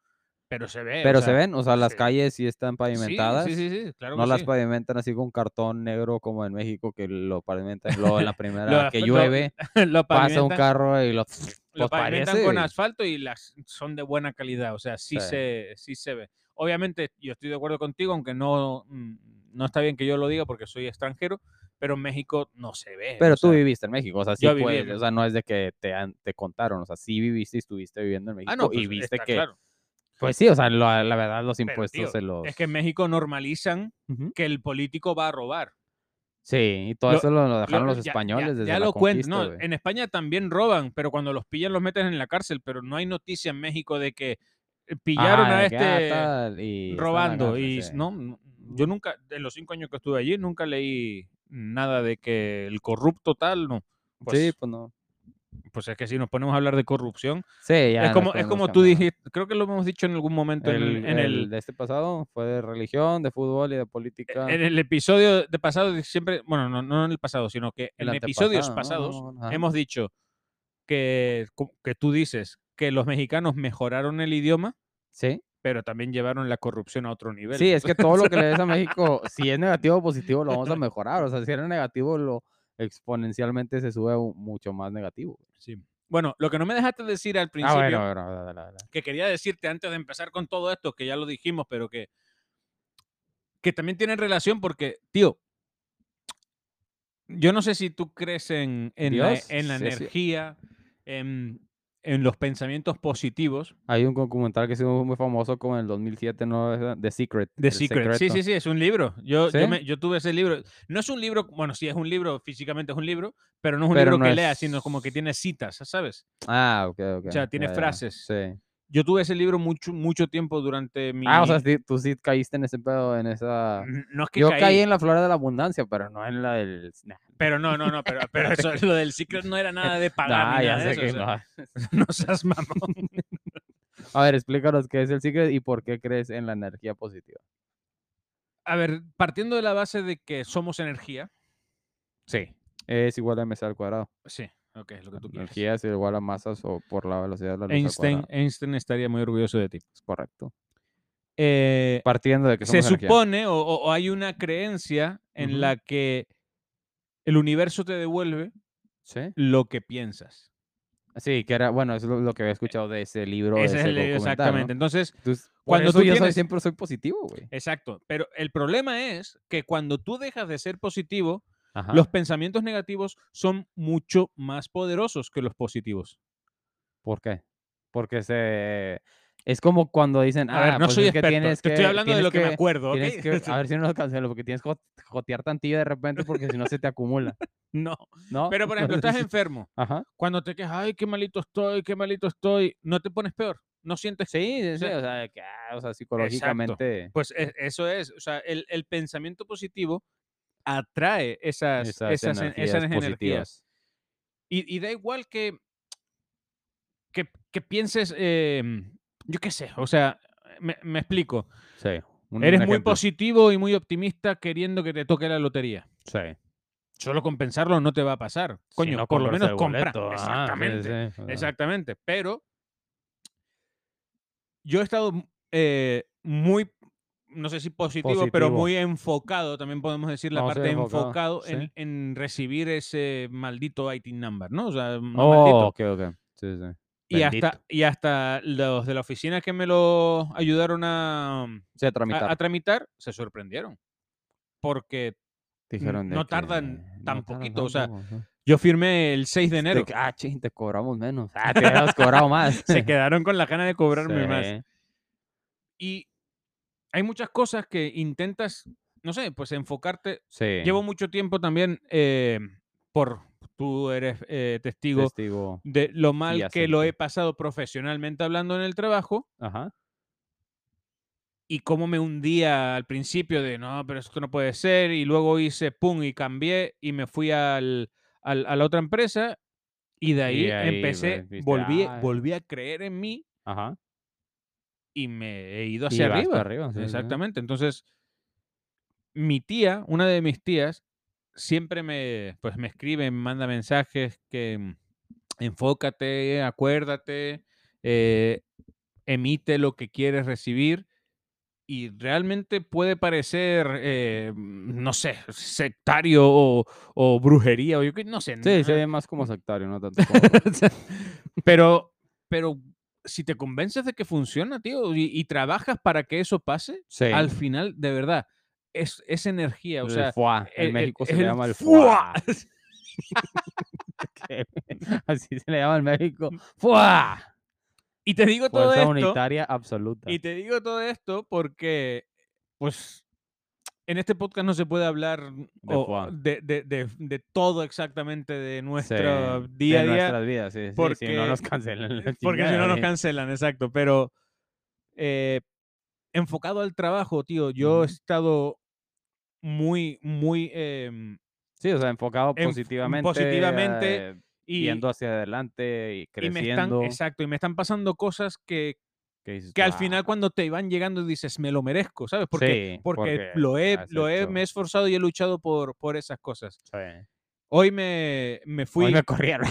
[SPEAKER 2] pero se ve. eh, o
[SPEAKER 1] Pero se
[SPEAKER 2] sea,
[SPEAKER 1] ven, o sea, las
[SPEAKER 2] sí.
[SPEAKER 1] calles sí están
[SPEAKER 2] sí,
[SPEAKER 1] pavimentadas.
[SPEAKER 2] Sí, sí, sí, claro
[SPEAKER 1] no
[SPEAKER 2] que
[SPEAKER 1] las
[SPEAKER 2] sí.
[SPEAKER 1] pavimentan así con cartón negro como en México, que lo pavimentan luego en la primera
[SPEAKER 2] Lo-
[SPEAKER 1] que
[SPEAKER 2] lo-
[SPEAKER 1] llueve,
[SPEAKER 2] Lo
[SPEAKER 1] pasa un
[SPEAKER 2] pavimentan-
[SPEAKER 1] carro y lo.
[SPEAKER 2] lo
[SPEAKER 1] pues
[SPEAKER 2] pavimentan
[SPEAKER 1] parece-
[SPEAKER 2] con asfalto y las son de buena calidad, o sea, sí,
[SPEAKER 1] Sí.
[SPEAKER 2] Se, sí se ve. Obviamente, yo estoy de acuerdo contigo, aunque no, mm, no está bien que yo lo diga porque soy extranjero, pero en México no se ve.
[SPEAKER 1] Pero
[SPEAKER 2] o
[SPEAKER 1] tú
[SPEAKER 2] sea,
[SPEAKER 1] viviste en México, o sea, sí
[SPEAKER 2] yo viví en
[SPEAKER 1] puedes, o sea, no es de que te, han- te contaron, o sea, sí viviste y estuviste viviendo en México
[SPEAKER 2] Ah, no,
[SPEAKER 1] y
[SPEAKER 2] pues,
[SPEAKER 1] viste
[SPEAKER 2] está
[SPEAKER 1] que,
[SPEAKER 2] claro.
[SPEAKER 1] pues sí, o sea, la, la verdad los
[SPEAKER 2] Pero,
[SPEAKER 1] impuestos
[SPEAKER 2] tío, eh,
[SPEAKER 1] se los...
[SPEAKER 2] Es que en México normalizan
[SPEAKER 1] Ujú.
[SPEAKER 2] que el político va a robar.
[SPEAKER 1] Sí, y todo
[SPEAKER 2] lo-
[SPEAKER 1] eso lo, lo dejaron
[SPEAKER 2] Lo-
[SPEAKER 1] los
[SPEAKER 2] ya-
[SPEAKER 1] españoles
[SPEAKER 2] ya,
[SPEAKER 1] desde
[SPEAKER 2] ya
[SPEAKER 1] la
[SPEAKER 2] lo cuento,
[SPEAKER 1] conquista,
[SPEAKER 2] ¿no?
[SPEAKER 1] güey.
[SPEAKER 2] En España también roban, pero cuando los pillan los meten en la cárcel, pero no hay noticia en México de que eh, pillaron
[SPEAKER 1] Ajá,
[SPEAKER 2] a
[SPEAKER 1] de que, ah,
[SPEAKER 2] este...
[SPEAKER 1] tal, y está en la
[SPEAKER 2] robando.
[SPEAKER 1] cárcel,
[SPEAKER 2] Y
[SPEAKER 1] sí.
[SPEAKER 2] no, no, yo nunca, de los cinco años que estuve allí, nunca leí nada de que el corrupto tal, no. Pues,
[SPEAKER 1] sí, pues no.
[SPEAKER 2] pues es que si nos ponemos a hablar de corrupción,
[SPEAKER 1] Sí, ya este
[SPEAKER 2] es
[SPEAKER 1] nos
[SPEAKER 2] como, es
[SPEAKER 1] podemos
[SPEAKER 2] como tú
[SPEAKER 1] cambiar.
[SPEAKER 2] dijiste, creo que lo hemos dicho en algún momento en el-
[SPEAKER 1] El,
[SPEAKER 2] en
[SPEAKER 1] el
[SPEAKER 2] el,
[SPEAKER 1] de este pasado fue de religión, de fútbol y de política.
[SPEAKER 2] en el episodio de pasado, siempre, bueno, no, no en el pasado, sino que
[SPEAKER 1] el
[SPEAKER 2] en episodios
[SPEAKER 1] antepasado, ¿no?
[SPEAKER 2] pasados
[SPEAKER 1] No, no, ajá.
[SPEAKER 2] hemos dicho que, co- que tú dices que los mexicanos mejoraron el idioma,
[SPEAKER 1] Sí.
[SPEAKER 2] pero también llevaron la corrupción a otro nivel.
[SPEAKER 1] Sí, es que todo lo que le des a México, si es negativo o positivo, lo vamos a mejorar. O sea, si era negativo, lo exponencialmente se sube a un- mucho más negativo.
[SPEAKER 2] Sí. Bueno, lo que no me dejaste decir al
[SPEAKER 1] ah,
[SPEAKER 2] principio,
[SPEAKER 1] bueno, bueno, bueno, bueno, bueno.
[SPEAKER 2] que quería decirte antes de empezar con todo esto, que ya lo dijimos, pero que, que también tiene relación porque, tío, yo no sé si tú crees en, en la,
[SPEAKER 1] Dios,
[SPEAKER 2] en la
[SPEAKER 1] sí, sí.
[SPEAKER 2] energía, en, en los pensamientos positivos.
[SPEAKER 1] Hay un documental que se hizo muy famoso como en el 2007, ¿no? Esa- The Secret.
[SPEAKER 2] de
[SPEAKER 1] El
[SPEAKER 2] Secret. Sí,
[SPEAKER 1] secreto.
[SPEAKER 2] sí, sí, es un libro. Yo, yo,
[SPEAKER 1] ¿Sí?
[SPEAKER 2] me- yo tuve ese libro. No es un libro, bueno, sí es un libro, físicamente es un libro, pero no es un
[SPEAKER 1] Pero no
[SPEAKER 2] libro que leas, sino como que
[SPEAKER 1] es-
[SPEAKER 2] tiene citas, ¿sabes?
[SPEAKER 1] Ah, ok, ok.
[SPEAKER 2] O sea, tiene
[SPEAKER 1] ya, ya.
[SPEAKER 2] frases.
[SPEAKER 1] Sí.
[SPEAKER 2] Yo tuve ese libro mucho, mucho tiempo durante mi...
[SPEAKER 1] Ah, o sea, sí, tú sí caíste en ese pedo, en esa...
[SPEAKER 2] N- No es que
[SPEAKER 1] Yo
[SPEAKER 2] caí,
[SPEAKER 1] caí en la flora de la abundancia, pero no en la del... Nah,
[SPEAKER 2] pero no, no, no, pero, pero eso, lo del secret no era nada de pagar
[SPEAKER 1] nah,
[SPEAKER 2] ni
[SPEAKER 1] ya
[SPEAKER 2] nada de
[SPEAKER 1] sé
[SPEAKER 2] eso,
[SPEAKER 1] que
[SPEAKER 2] o sea,
[SPEAKER 1] no.
[SPEAKER 2] no seas mamón.
[SPEAKER 1] A ver, explícanos qué es el Secret y por qué crees en la energía positiva.
[SPEAKER 2] A ver, partiendo de la base de que somos energía. Sí.
[SPEAKER 1] Es igual a mc al cuadrado.
[SPEAKER 2] Sí, ok, lo que tú quieras.
[SPEAKER 1] Energía es igual a masas o por la velocidad de la luz. al
[SPEAKER 2] Einstein,
[SPEAKER 1] cuadrado.
[SPEAKER 2] Einstein estaría muy orgulloso de ti.
[SPEAKER 1] Es correcto.
[SPEAKER 2] Eh,
[SPEAKER 1] Partiendo de que
[SPEAKER 2] se
[SPEAKER 1] somos energía.
[SPEAKER 2] supone o, o- o hay una creencia en
[SPEAKER 1] Ujú.
[SPEAKER 2] la que el universo te devuelve
[SPEAKER 1] ¿Sí?
[SPEAKER 2] lo que piensas.
[SPEAKER 1] Sí, que era, bueno, eso es lo, lo que había escuchado de ese libro.
[SPEAKER 2] Ese
[SPEAKER 1] de
[SPEAKER 2] es
[SPEAKER 1] ese
[SPEAKER 2] el-
[SPEAKER 1] documental, ¿no?
[SPEAKER 2] exactamente. Entonces,
[SPEAKER 1] Entonces,
[SPEAKER 2] Cuando
[SPEAKER 1] cuando
[SPEAKER 2] tú
[SPEAKER 1] tú yo soy-
[SPEAKER 2] tienes-
[SPEAKER 1] siempre soy positivo, güey.
[SPEAKER 2] exacto. Pero el problema es que cuando tú dejas de ser positivo,
[SPEAKER 1] Ajá.
[SPEAKER 2] Los pensamientos negativos son mucho más poderosos que los positivos.
[SPEAKER 1] ¿Por qué? Porque se... Es como cuando dicen,
[SPEAKER 2] A ver,
[SPEAKER 1] ah,
[SPEAKER 2] no
[SPEAKER 1] pues
[SPEAKER 2] soy
[SPEAKER 1] es que
[SPEAKER 2] experto.
[SPEAKER 1] tienes
[SPEAKER 2] te
[SPEAKER 1] que...
[SPEAKER 2] estoy hablando de
[SPEAKER 1] tienes
[SPEAKER 2] lo que, me acuerdo, ¿ok?
[SPEAKER 1] tienes que- a ver si no lo cancelo, porque tienes que jo- jotear tantillo de repente porque si no se te acumula,
[SPEAKER 2] No.
[SPEAKER 1] ¿no?
[SPEAKER 2] Pero, por ejemplo, estás
[SPEAKER 1] Entonces,
[SPEAKER 2] enfermo.
[SPEAKER 1] Ajá.
[SPEAKER 2] Cuando te quejas, ay, qué malito estoy, qué malito estoy, no te pones peor. No sientes.
[SPEAKER 1] Sí, sí, sí,
[SPEAKER 2] sea,
[SPEAKER 1] o sea, de que, ah, o sea, psicológicamente...
[SPEAKER 2] Pues e- eso es. O sea, el, el pensamiento positivo atrae esas,
[SPEAKER 1] Esas
[SPEAKER 2] esas en-
[SPEAKER 1] energías
[SPEAKER 2] esas energías.
[SPEAKER 1] positivas.
[SPEAKER 2] Y, y da igual que, que, que pienses, em, yo qué sé, o sea, me- me explico.
[SPEAKER 1] Sí. un-
[SPEAKER 2] Eres
[SPEAKER 1] un
[SPEAKER 2] muy
[SPEAKER 1] ejemplo.
[SPEAKER 2] positivo y muy optimista queriendo que te toque la lotería.
[SPEAKER 1] Sí.
[SPEAKER 2] Solo compensarlo no te va a pasar.
[SPEAKER 1] Si
[SPEAKER 2] Coño,
[SPEAKER 1] no
[SPEAKER 2] por lo
[SPEAKER 1] compras
[SPEAKER 2] menos
[SPEAKER 1] el
[SPEAKER 2] compra.
[SPEAKER 1] boleto, ajá, sí,
[SPEAKER 2] Exactamente.
[SPEAKER 1] sí, o sea,
[SPEAKER 2] Exactamente. Pero yo he estado eh, muy, no sé si positivo, pero
[SPEAKER 1] Positivo.
[SPEAKER 2] muy enfocado, también podemos decir la
[SPEAKER 1] No, sí,
[SPEAKER 2] parte enfocado,
[SPEAKER 1] enfocado,
[SPEAKER 2] en,
[SPEAKER 1] sí.
[SPEAKER 2] en recibir ese maldito IT number, ¿no? O sea, no
[SPEAKER 1] Oh,
[SPEAKER 2] maldito.
[SPEAKER 1] ok, ok. Sí, sí.
[SPEAKER 2] Y hasta,
[SPEAKER 1] bendito.
[SPEAKER 2] y hasta los de la oficina que me lo ayudaron a, mm,
[SPEAKER 1] Se
[SPEAKER 2] a,
[SPEAKER 1] tramitar.
[SPEAKER 2] a tramitar, se sorprendieron. Porque
[SPEAKER 1] Dijeron de
[SPEAKER 2] no
[SPEAKER 1] que
[SPEAKER 2] tardan tan
[SPEAKER 1] tardan
[SPEAKER 2] poquito, o sea,
[SPEAKER 1] tanto, ajá.
[SPEAKER 2] yo firmé el 6 de
[SPEAKER 1] De
[SPEAKER 2] enero.
[SPEAKER 1] que, ah, ching, te cobramos menos. Ah, te hubiéramos cobrado más.
[SPEAKER 2] Se quedaron con la gana de cobrarme más.
[SPEAKER 1] Sí.
[SPEAKER 2] Y hay muchas cosas que intentas, no sé, pues enfocarte.
[SPEAKER 1] Sí.
[SPEAKER 2] Llevo mucho tiempo también eh, por, tú eres eh, testigo
[SPEAKER 1] testigo.
[SPEAKER 2] de lo mal
[SPEAKER 1] Y
[SPEAKER 2] que lo he
[SPEAKER 1] acepto.
[SPEAKER 2] pasado profesionalmente hablando en el trabajo
[SPEAKER 1] Ajá.
[SPEAKER 2] y cómo me hundía al principio de no, pero esto no puede ser y luego hice pum y cambié y me fui al, al- a la otra empresa y de ahí,
[SPEAKER 1] Y ahí,
[SPEAKER 2] empecé,
[SPEAKER 1] pues, viste,
[SPEAKER 2] volví,
[SPEAKER 1] ah,
[SPEAKER 2] volví a creer en mí
[SPEAKER 1] Ajá.
[SPEAKER 2] y me he ido
[SPEAKER 1] Y
[SPEAKER 2] hacia
[SPEAKER 1] vas
[SPEAKER 2] arriba.
[SPEAKER 1] para arriba, sí, sí, sí.
[SPEAKER 2] Exactamente. Entonces, mi tía, una de mis tías, siempre me, pues, me escribe, me manda mensajes que mm, enfócate, acuérdate, eh, emite lo que quieres recibir. Y realmente puede parecer, eh, mm, no sé, sectario o, o brujería, o yo qué, no sé.
[SPEAKER 1] Sí, se
[SPEAKER 2] na-
[SPEAKER 1] ve más como sectario, no tanto como.
[SPEAKER 2] Pero, pero si te convences de que funciona, tío, y- y trabajas para que eso pase,
[SPEAKER 1] Sí.
[SPEAKER 2] al final, de verdad, es, es energía. O
[SPEAKER 1] el
[SPEAKER 2] sea,
[SPEAKER 1] foie.
[SPEAKER 2] el- el-
[SPEAKER 1] En México se
[SPEAKER 2] el
[SPEAKER 1] le llama el
[SPEAKER 2] fuá.
[SPEAKER 1] foie. Que- Así se le llama en México. ¡Fua!
[SPEAKER 2] y te digo todo
[SPEAKER 1] Fuerza
[SPEAKER 2] esto.
[SPEAKER 1] unitaria absoluta.
[SPEAKER 2] Y te digo todo esto porque, pues, en este podcast no se puede hablar
[SPEAKER 1] De
[SPEAKER 2] o-
[SPEAKER 1] foie.
[SPEAKER 2] de, de- de- de todo exactamente de
[SPEAKER 1] Sí,
[SPEAKER 2] nuestro
[SPEAKER 1] de
[SPEAKER 2] día a día.
[SPEAKER 1] nuestras vidas, sí, sí, si
[SPEAKER 2] porque-
[SPEAKER 1] no nos cancelan. la
[SPEAKER 2] Porque si no
[SPEAKER 1] chingada,
[SPEAKER 2] nos
[SPEAKER 1] sí.
[SPEAKER 2] cancelan, exacto. Pero eh, enfocado al trabajo, tío, yo he
[SPEAKER 1] Ujú.
[SPEAKER 2] estado muy, muy... em,
[SPEAKER 1] Sí, o sea, enfocado
[SPEAKER 2] Enf-
[SPEAKER 1] positivamente.
[SPEAKER 2] positivamente,
[SPEAKER 1] eh,
[SPEAKER 2] y,
[SPEAKER 1] yendo hacia adelante y
[SPEAKER 2] y me están,
[SPEAKER 1] creciendo.
[SPEAKER 2] exacto, y me están pasando cosas que,
[SPEAKER 1] que dices
[SPEAKER 2] que
[SPEAKER 1] tú,
[SPEAKER 2] al final
[SPEAKER 1] "Ah,
[SPEAKER 2] cuando te van llegando dices, me lo merezco, ¿sabes? Porque,
[SPEAKER 1] Sí,
[SPEAKER 2] porque,
[SPEAKER 1] porque
[SPEAKER 2] lo he,
[SPEAKER 1] has
[SPEAKER 2] lo he,
[SPEAKER 1] hecho.
[SPEAKER 2] me he esforzado y he luchado por, por esas cosas.
[SPEAKER 1] sí,
[SPEAKER 2] Hoy me, me fui.
[SPEAKER 1] Hoy me corrieron.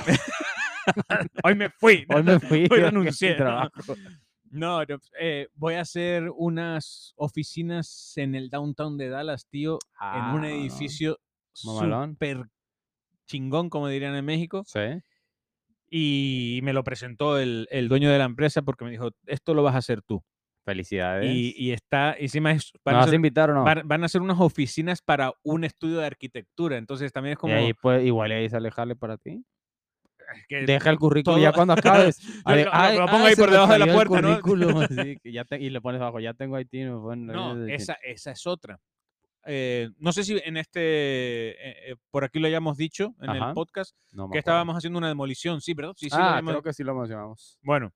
[SPEAKER 2] hoy me fui.
[SPEAKER 1] Hoy me fui.
[SPEAKER 2] Hoy
[SPEAKER 1] yo
[SPEAKER 2] renuncié,
[SPEAKER 1] sin
[SPEAKER 2] ¿no?
[SPEAKER 1] trabajo.
[SPEAKER 2] No, no, eh, voy a hacer unas oficinas en el downtown de Dallas, tío, en
[SPEAKER 1] Ah,
[SPEAKER 2] un
[SPEAKER 1] no.
[SPEAKER 2] edificio
[SPEAKER 1] Mamalón.
[SPEAKER 2] súper chingón, como dirían en México.
[SPEAKER 1] Sí.
[SPEAKER 2] Y me lo presentó el, el dueño de la empresa porque me dijo, esto lo vas a hacer tú.
[SPEAKER 1] Felicidades.
[SPEAKER 2] Y, y está, encima es, van,
[SPEAKER 1] ¿Nos
[SPEAKER 2] a
[SPEAKER 1] vas a
[SPEAKER 2] ser,
[SPEAKER 1] invitar o no?
[SPEAKER 2] van- van a ser unas oficinas para un estudio de arquitectura. Entonces también es
[SPEAKER 1] Y
[SPEAKER 2] como
[SPEAKER 1] ahí, pues, igual ahí sale jale para ti.
[SPEAKER 2] que
[SPEAKER 1] Deja el currículum
[SPEAKER 2] Eh, todo-
[SPEAKER 1] ya cuando acabes.
[SPEAKER 2] Yo
[SPEAKER 1] Ale-
[SPEAKER 2] lo- lo-
[SPEAKER 1] "Ay,
[SPEAKER 2] lo pongo
[SPEAKER 1] ay,
[SPEAKER 2] ahí
[SPEAKER 1] se
[SPEAKER 2] por
[SPEAKER 1] me
[SPEAKER 2] debajo de la
[SPEAKER 1] cayó el
[SPEAKER 2] puerta, ¿no?
[SPEAKER 1] currículum", así que ya te- y le pones abajo, ya tengo IT. me ponen la
[SPEAKER 2] No,
[SPEAKER 1] mierda,
[SPEAKER 2] esa, esa es otra. Eh, no sé si en este, eh, eh, por aquí lo hayamos dicho en el
[SPEAKER 1] Ajá.
[SPEAKER 2] podcast,
[SPEAKER 1] no me
[SPEAKER 2] que
[SPEAKER 1] acuerdo.
[SPEAKER 2] estábamos haciendo una demolición, sí, ¿verdad? Sí, sí, lo
[SPEAKER 1] ah,
[SPEAKER 2] habíamos-
[SPEAKER 1] creo que sí lo mencionamos.
[SPEAKER 2] Bueno,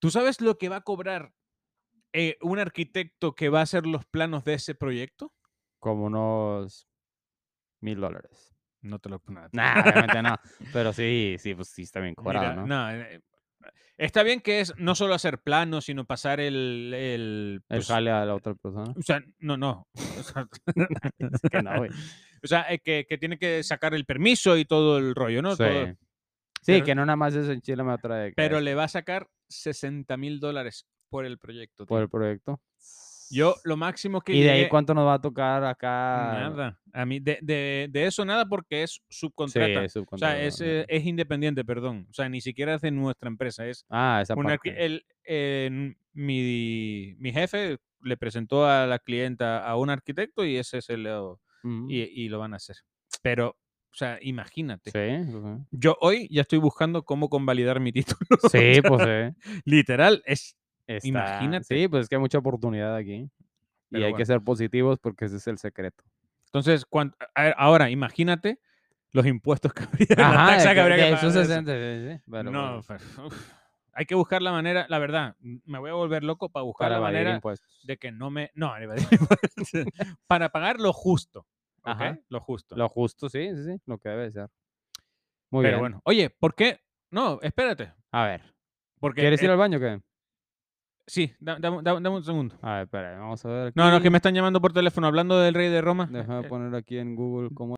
[SPEAKER 2] ¿tú sabes lo que va a cobrar eh, un arquitecto que va a hacer los planos de ese proyecto?
[SPEAKER 1] Como unos mil dólares.
[SPEAKER 2] No te lo nada,
[SPEAKER 1] Nah, obviamente no. Pero sí, sí, pues sí está bien cobrado,
[SPEAKER 2] Mira,
[SPEAKER 1] ¿no?
[SPEAKER 2] no, eh, está bien que es no solo hacer planos, sino pasar el... el,
[SPEAKER 1] El
[SPEAKER 2] pues,
[SPEAKER 1] jale a la otra persona.
[SPEAKER 2] o sea, no, no. O sea,
[SPEAKER 1] Que no, güey.
[SPEAKER 2] o sea, eh, que, que tiene que sacar el permiso y todo el rollo, ¿no?
[SPEAKER 1] sí.
[SPEAKER 2] Todo-
[SPEAKER 1] Sí,
[SPEAKER 2] pero-
[SPEAKER 1] que no nada más es en Chile me atrae.
[SPEAKER 2] pero le va a sacar 60 mil dólares por el proyecto.
[SPEAKER 1] Por
[SPEAKER 2] tío.
[SPEAKER 1] el proyecto.
[SPEAKER 2] Yo lo máximo que...
[SPEAKER 1] Pues ¿Y de ahí
[SPEAKER 2] llegué-
[SPEAKER 1] cuánto nos va a tocar acá?
[SPEAKER 2] Nada. A mí, de, de- de eso nada porque es
[SPEAKER 1] Sí,
[SPEAKER 2] subcontrata. o sea,
[SPEAKER 1] subcontrata,
[SPEAKER 2] es,
[SPEAKER 1] sí.
[SPEAKER 2] eh, es independiente, perdón. O sea, ni siquiera es de nuestra empresa. Es
[SPEAKER 1] Ah, esa
[SPEAKER 2] una arqui-
[SPEAKER 1] parte.
[SPEAKER 2] el, en- mi, mi jefe le presentó a la clienta a un arquitecto y ese se lo,
[SPEAKER 1] Ujú.
[SPEAKER 2] y, y lo van a hacer. Pero, o sea, imagínate.
[SPEAKER 1] Sí, pues,
[SPEAKER 2] Yo hoy ya estoy buscando cómo convalidar mi título.
[SPEAKER 1] sí. sí, pues sí.
[SPEAKER 2] Literal, es
[SPEAKER 1] Está-
[SPEAKER 2] Imagínate.
[SPEAKER 1] Sí, pues es que hay mucha oportunidad aquí. y
[SPEAKER 2] Pero
[SPEAKER 1] hay
[SPEAKER 2] bueno.
[SPEAKER 1] que ser positivos porque ese es el secreto.
[SPEAKER 2] Entonces, cuan- a ver, ahora imagínate los impuestos que habría, la
[SPEAKER 1] de
[SPEAKER 2] taxa que
[SPEAKER 1] que-
[SPEAKER 2] habría que
[SPEAKER 1] de
[SPEAKER 2] pagar
[SPEAKER 1] esos
[SPEAKER 2] de eso.
[SPEAKER 1] 60, sí, sí, pero
[SPEAKER 2] no,
[SPEAKER 1] bueno,
[SPEAKER 2] pues, uf, hay que buscar la manera, la verdad, m- me voy a volver loco para buscar
[SPEAKER 1] para
[SPEAKER 2] la
[SPEAKER 1] evadir
[SPEAKER 2] manera
[SPEAKER 1] impuestos.
[SPEAKER 2] de que no me, no, iba a decir impuestos, para pagar lo justo, ¿ok?
[SPEAKER 1] Ajá.
[SPEAKER 2] Lo justo.
[SPEAKER 1] Lo justo, sí, sí, sí, lo que debe ser. Muy
[SPEAKER 2] Pero
[SPEAKER 1] bien.
[SPEAKER 2] bueno, oye, ¿por qué? No, espérate,
[SPEAKER 1] A ver,
[SPEAKER 2] porque
[SPEAKER 1] ¿quieres ir
[SPEAKER 2] eh,
[SPEAKER 1] al baño o qué?
[SPEAKER 2] sí, da- dame da- dame un segundo.
[SPEAKER 1] A ver, espera, vamos a ver.
[SPEAKER 2] No, no, es que
[SPEAKER 1] aquí.
[SPEAKER 2] me están llamando por teléfono hablando del rey de Roma.
[SPEAKER 1] Déjame
[SPEAKER 2] Eh,
[SPEAKER 1] poner aquí en Google cómo.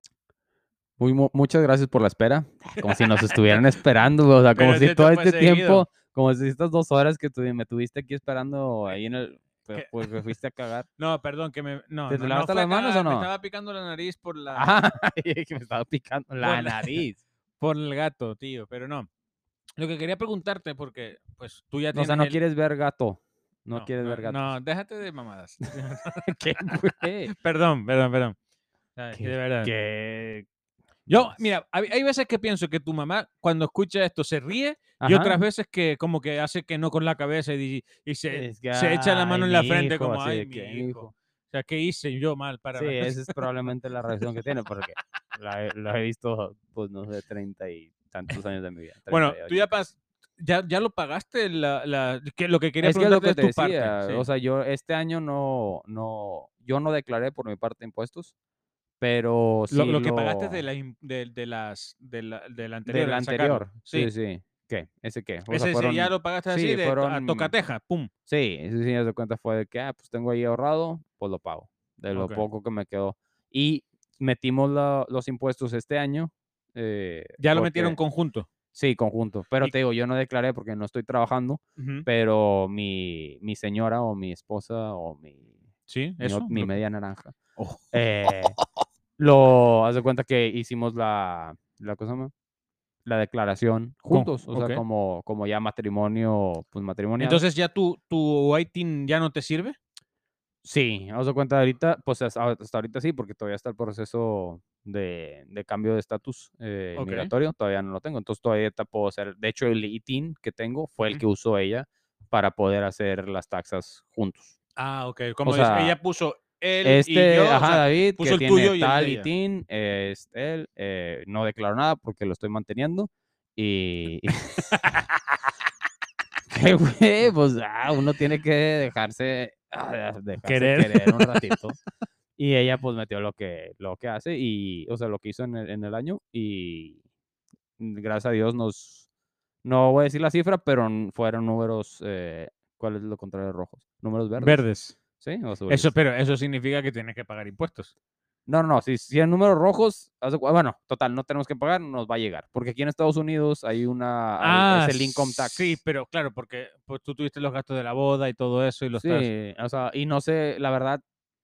[SPEAKER 1] Muy, mu- muchas gracias por la espera. Como si nos estuvieran esperando, o sea, como
[SPEAKER 2] Pero
[SPEAKER 1] si
[SPEAKER 2] este
[SPEAKER 1] todo
[SPEAKER 2] fue
[SPEAKER 1] este
[SPEAKER 2] seguido.
[SPEAKER 1] tiempo, como si estas dos horas que tuvi- me tuviste aquí esperando ahí en el. pues,
[SPEAKER 2] ¿Qué?
[SPEAKER 1] Pues que fuiste a cagar.
[SPEAKER 2] No, perdón, que me
[SPEAKER 1] ¿Te-
[SPEAKER 2] no, no,
[SPEAKER 1] te
[SPEAKER 2] no
[SPEAKER 1] lavaste
[SPEAKER 2] fue
[SPEAKER 1] las manos o
[SPEAKER 2] cagar, Me
[SPEAKER 1] no?
[SPEAKER 2] estaba picando la nariz por la
[SPEAKER 1] Ajá, Ah, que me estaba picando la
[SPEAKER 2] Bueno.
[SPEAKER 1] nariz.
[SPEAKER 2] por el gato, tío, pero no. Lo que quería preguntarte, porque pues tú ya
[SPEAKER 1] O
[SPEAKER 2] tienes.
[SPEAKER 1] sea, no
[SPEAKER 2] el-
[SPEAKER 1] quieres ver gato. No, quieres ver gato.
[SPEAKER 2] No, déjate de mamadas.
[SPEAKER 1] ¿Qué, güey?
[SPEAKER 2] perdón, perdón, perdón. Ay,
[SPEAKER 1] ¿Qué-
[SPEAKER 2] de verdad.
[SPEAKER 1] qué-
[SPEAKER 2] Yo, mira, hay, hay veces que pienso que tu mamá, cuando escucha esto, se ríe y
[SPEAKER 1] Ajá.
[SPEAKER 2] otras veces que como que hace que no con la cabeza y, di- y se,
[SPEAKER 1] Es que,
[SPEAKER 2] se echa la mano
[SPEAKER 1] Eh, "Ay,
[SPEAKER 2] en la
[SPEAKER 1] mi
[SPEAKER 2] frente
[SPEAKER 1] hijo",
[SPEAKER 2] como,
[SPEAKER 1] así
[SPEAKER 2] ay,
[SPEAKER 1] de
[SPEAKER 2] mi
[SPEAKER 1] que,
[SPEAKER 2] hijo. O sea, ¿qué hice yo mal para
[SPEAKER 1] Sí,
[SPEAKER 2] la-
[SPEAKER 1] esa es probablemente la reacción que tiene, porque la he- los he visto, pues, no sé, treinta y tantos años de mi vida.
[SPEAKER 2] Bueno,
[SPEAKER 1] 38.
[SPEAKER 2] tú ya, pas- ya, ya lo pagaste, la, la- que lo que quería
[SPEAKER 1] Es que es lo
[SPEAKER 2] preguntarte
[SPEAKER 1] que
[SPEAKER 2] es
[SPEAKER 1] te
[SPEAKER 2] tu
[SPEAKER 1] decía,
[SPEAKER 2] parte. sí.
[SPEAKER 1] o sea, yo este año no, no, yo no declaré por mi parte impuestos, pero sí
[SPEAKER 2] lo, lo que pagaste de
[SPEAKER 1] lo-
[SPEAKER 2] la, im- de, de las, de la, del anterior.
[SPEAKER 1] del
[SPEAKER 2] al sacarlo.
[SPEAKER 1] anterior. Sí, sí. ¿Qué? ¿Ese qué? O sea,
[SPEAKER 2] Ese sí,
[SPEAKER 1] fueron-
[SPEAKER 2] ya lo pagaste así
[SPEAKER 1] sí,
[SPEAKER 2] de to- a
[SPEAKER 1] fueron- eh,
[SPEAKER 2] tocateja, pum.
[SPEAKER 1] Sí, ese sí, haz de cuenta fue de que, ah, pues tengo ahí ahorrado, pues lo pago, de lo
[SPEAKER 2] Ok.
[SPEAKER 1] poco que me quedó. Y metimos la- los impuestos este año. eh,
[SPEAKER 2] Ya lo
[SPEAKER 1] porque-
[SPEAKER 2] metieron conjunto.
[SPEAKER 1] Sí, conjunto. Pero
[SPEAKER 2] Y-
[SPEAKER 1] te digo, yo no declaré porque no estoy trabajando,
[SPEAKER 2] Ujú.
[SPEAKER 1] pero mi, mi señora o mi esposa o mi,
[SPEAKER 2] Sí,
[SPEAKER 1] mi o-
[SPEAKER 2] eso.
[SPEAKER 1] mi
[SPEAKER 2] lo-
[SPEAKER 1] media naranja.
[SPEAKER 2] Oh.
[SPEAKER 1] eh, lo haz de cuenta que hicimos la, la cosa más la declaración
[SPEAKER 2] Con-
[SPEAKER 1] juntos, o sea,
[SPEAKER 2] ok.
[SPEAKER 1] como, como ya matrimonio, pues matrimonio.
[SPEAKER 2] Entonces ya tu, tu ITIN ya no te sirve.
[SPEAKER 1] Sí, haz de cuenta ahorita, pues hasta, hasta ahorita sí, porque todavía está el proceso de, de cambio de estatus eh,
[SPEAKER 2] Ok.
[SPEAKER 1] migratorio, todavía no lo tengo, entonces todavía te puedo hacer, de hecho el ITIN que tengo fue el
[SPEAKER 2] Ujú.
[SPEAKER 1] que usó ella para poder hacer las taxas juntos.
[SPEAKER 2] Ah, ok. Como
[SPEAKER 1] sea,
[SPEAKER 2] dice, ella puso él
[SPEAKER 1] Este,
[SPEAKER 2] y yo. o
[SPEAKER 1] ajá,
[SPEAKER 2] sea,
[SPEAKER 1] David,
[SPEAKER 2] puso
[SPEAKER 1] que
[SPEAKER 2] el
[SPEAKER 1] tiene
[SPEAKER 2] tuyo y el de
[SPEAKER 1] tal
[SPEAKER 2] ella.
[SPEAKER 1] ITIN, eh, es él, eh, no declaró nada porque lo estoy manteniendo y... Qué güey, pues ah, uno tiene que dejarse, ah, dejarse
[SPEAKER 2] Querer.
[SPEAKER 1] querer. un ratito. Y ella pues metió lo que, lo que hace y, o sea, lo que hizo en el, en el año y mm, gracias a Dios nos, no voy a decir la cifra, pero n- fueron números, eh, ¿cuál es lo contrario de rojos? Números verdes.
[SPEAKER 2] verdes.
[SPEAKER 1] Sí, o azules.
[SPEAKER 2] Eso, pero eso significa que tienes que pagar impuestos.
[SPEAKER 1] No, no, no, si, si en números rojos, haz de cu- bueno, total, no tenemos que pagar, nos va a llegar. Porque aquí en Estados Unidos hay una, hay- es el income tax.
[SPEAKER 2] Ah, Sí, pero claro, porque pues, tú tuviste los gastos de la boda y todo eso y los
[SPEAKER 1] Sí,
[SPEAKER 2] estás-
[SPEAKER 1] o sea, y no sé, la verdad,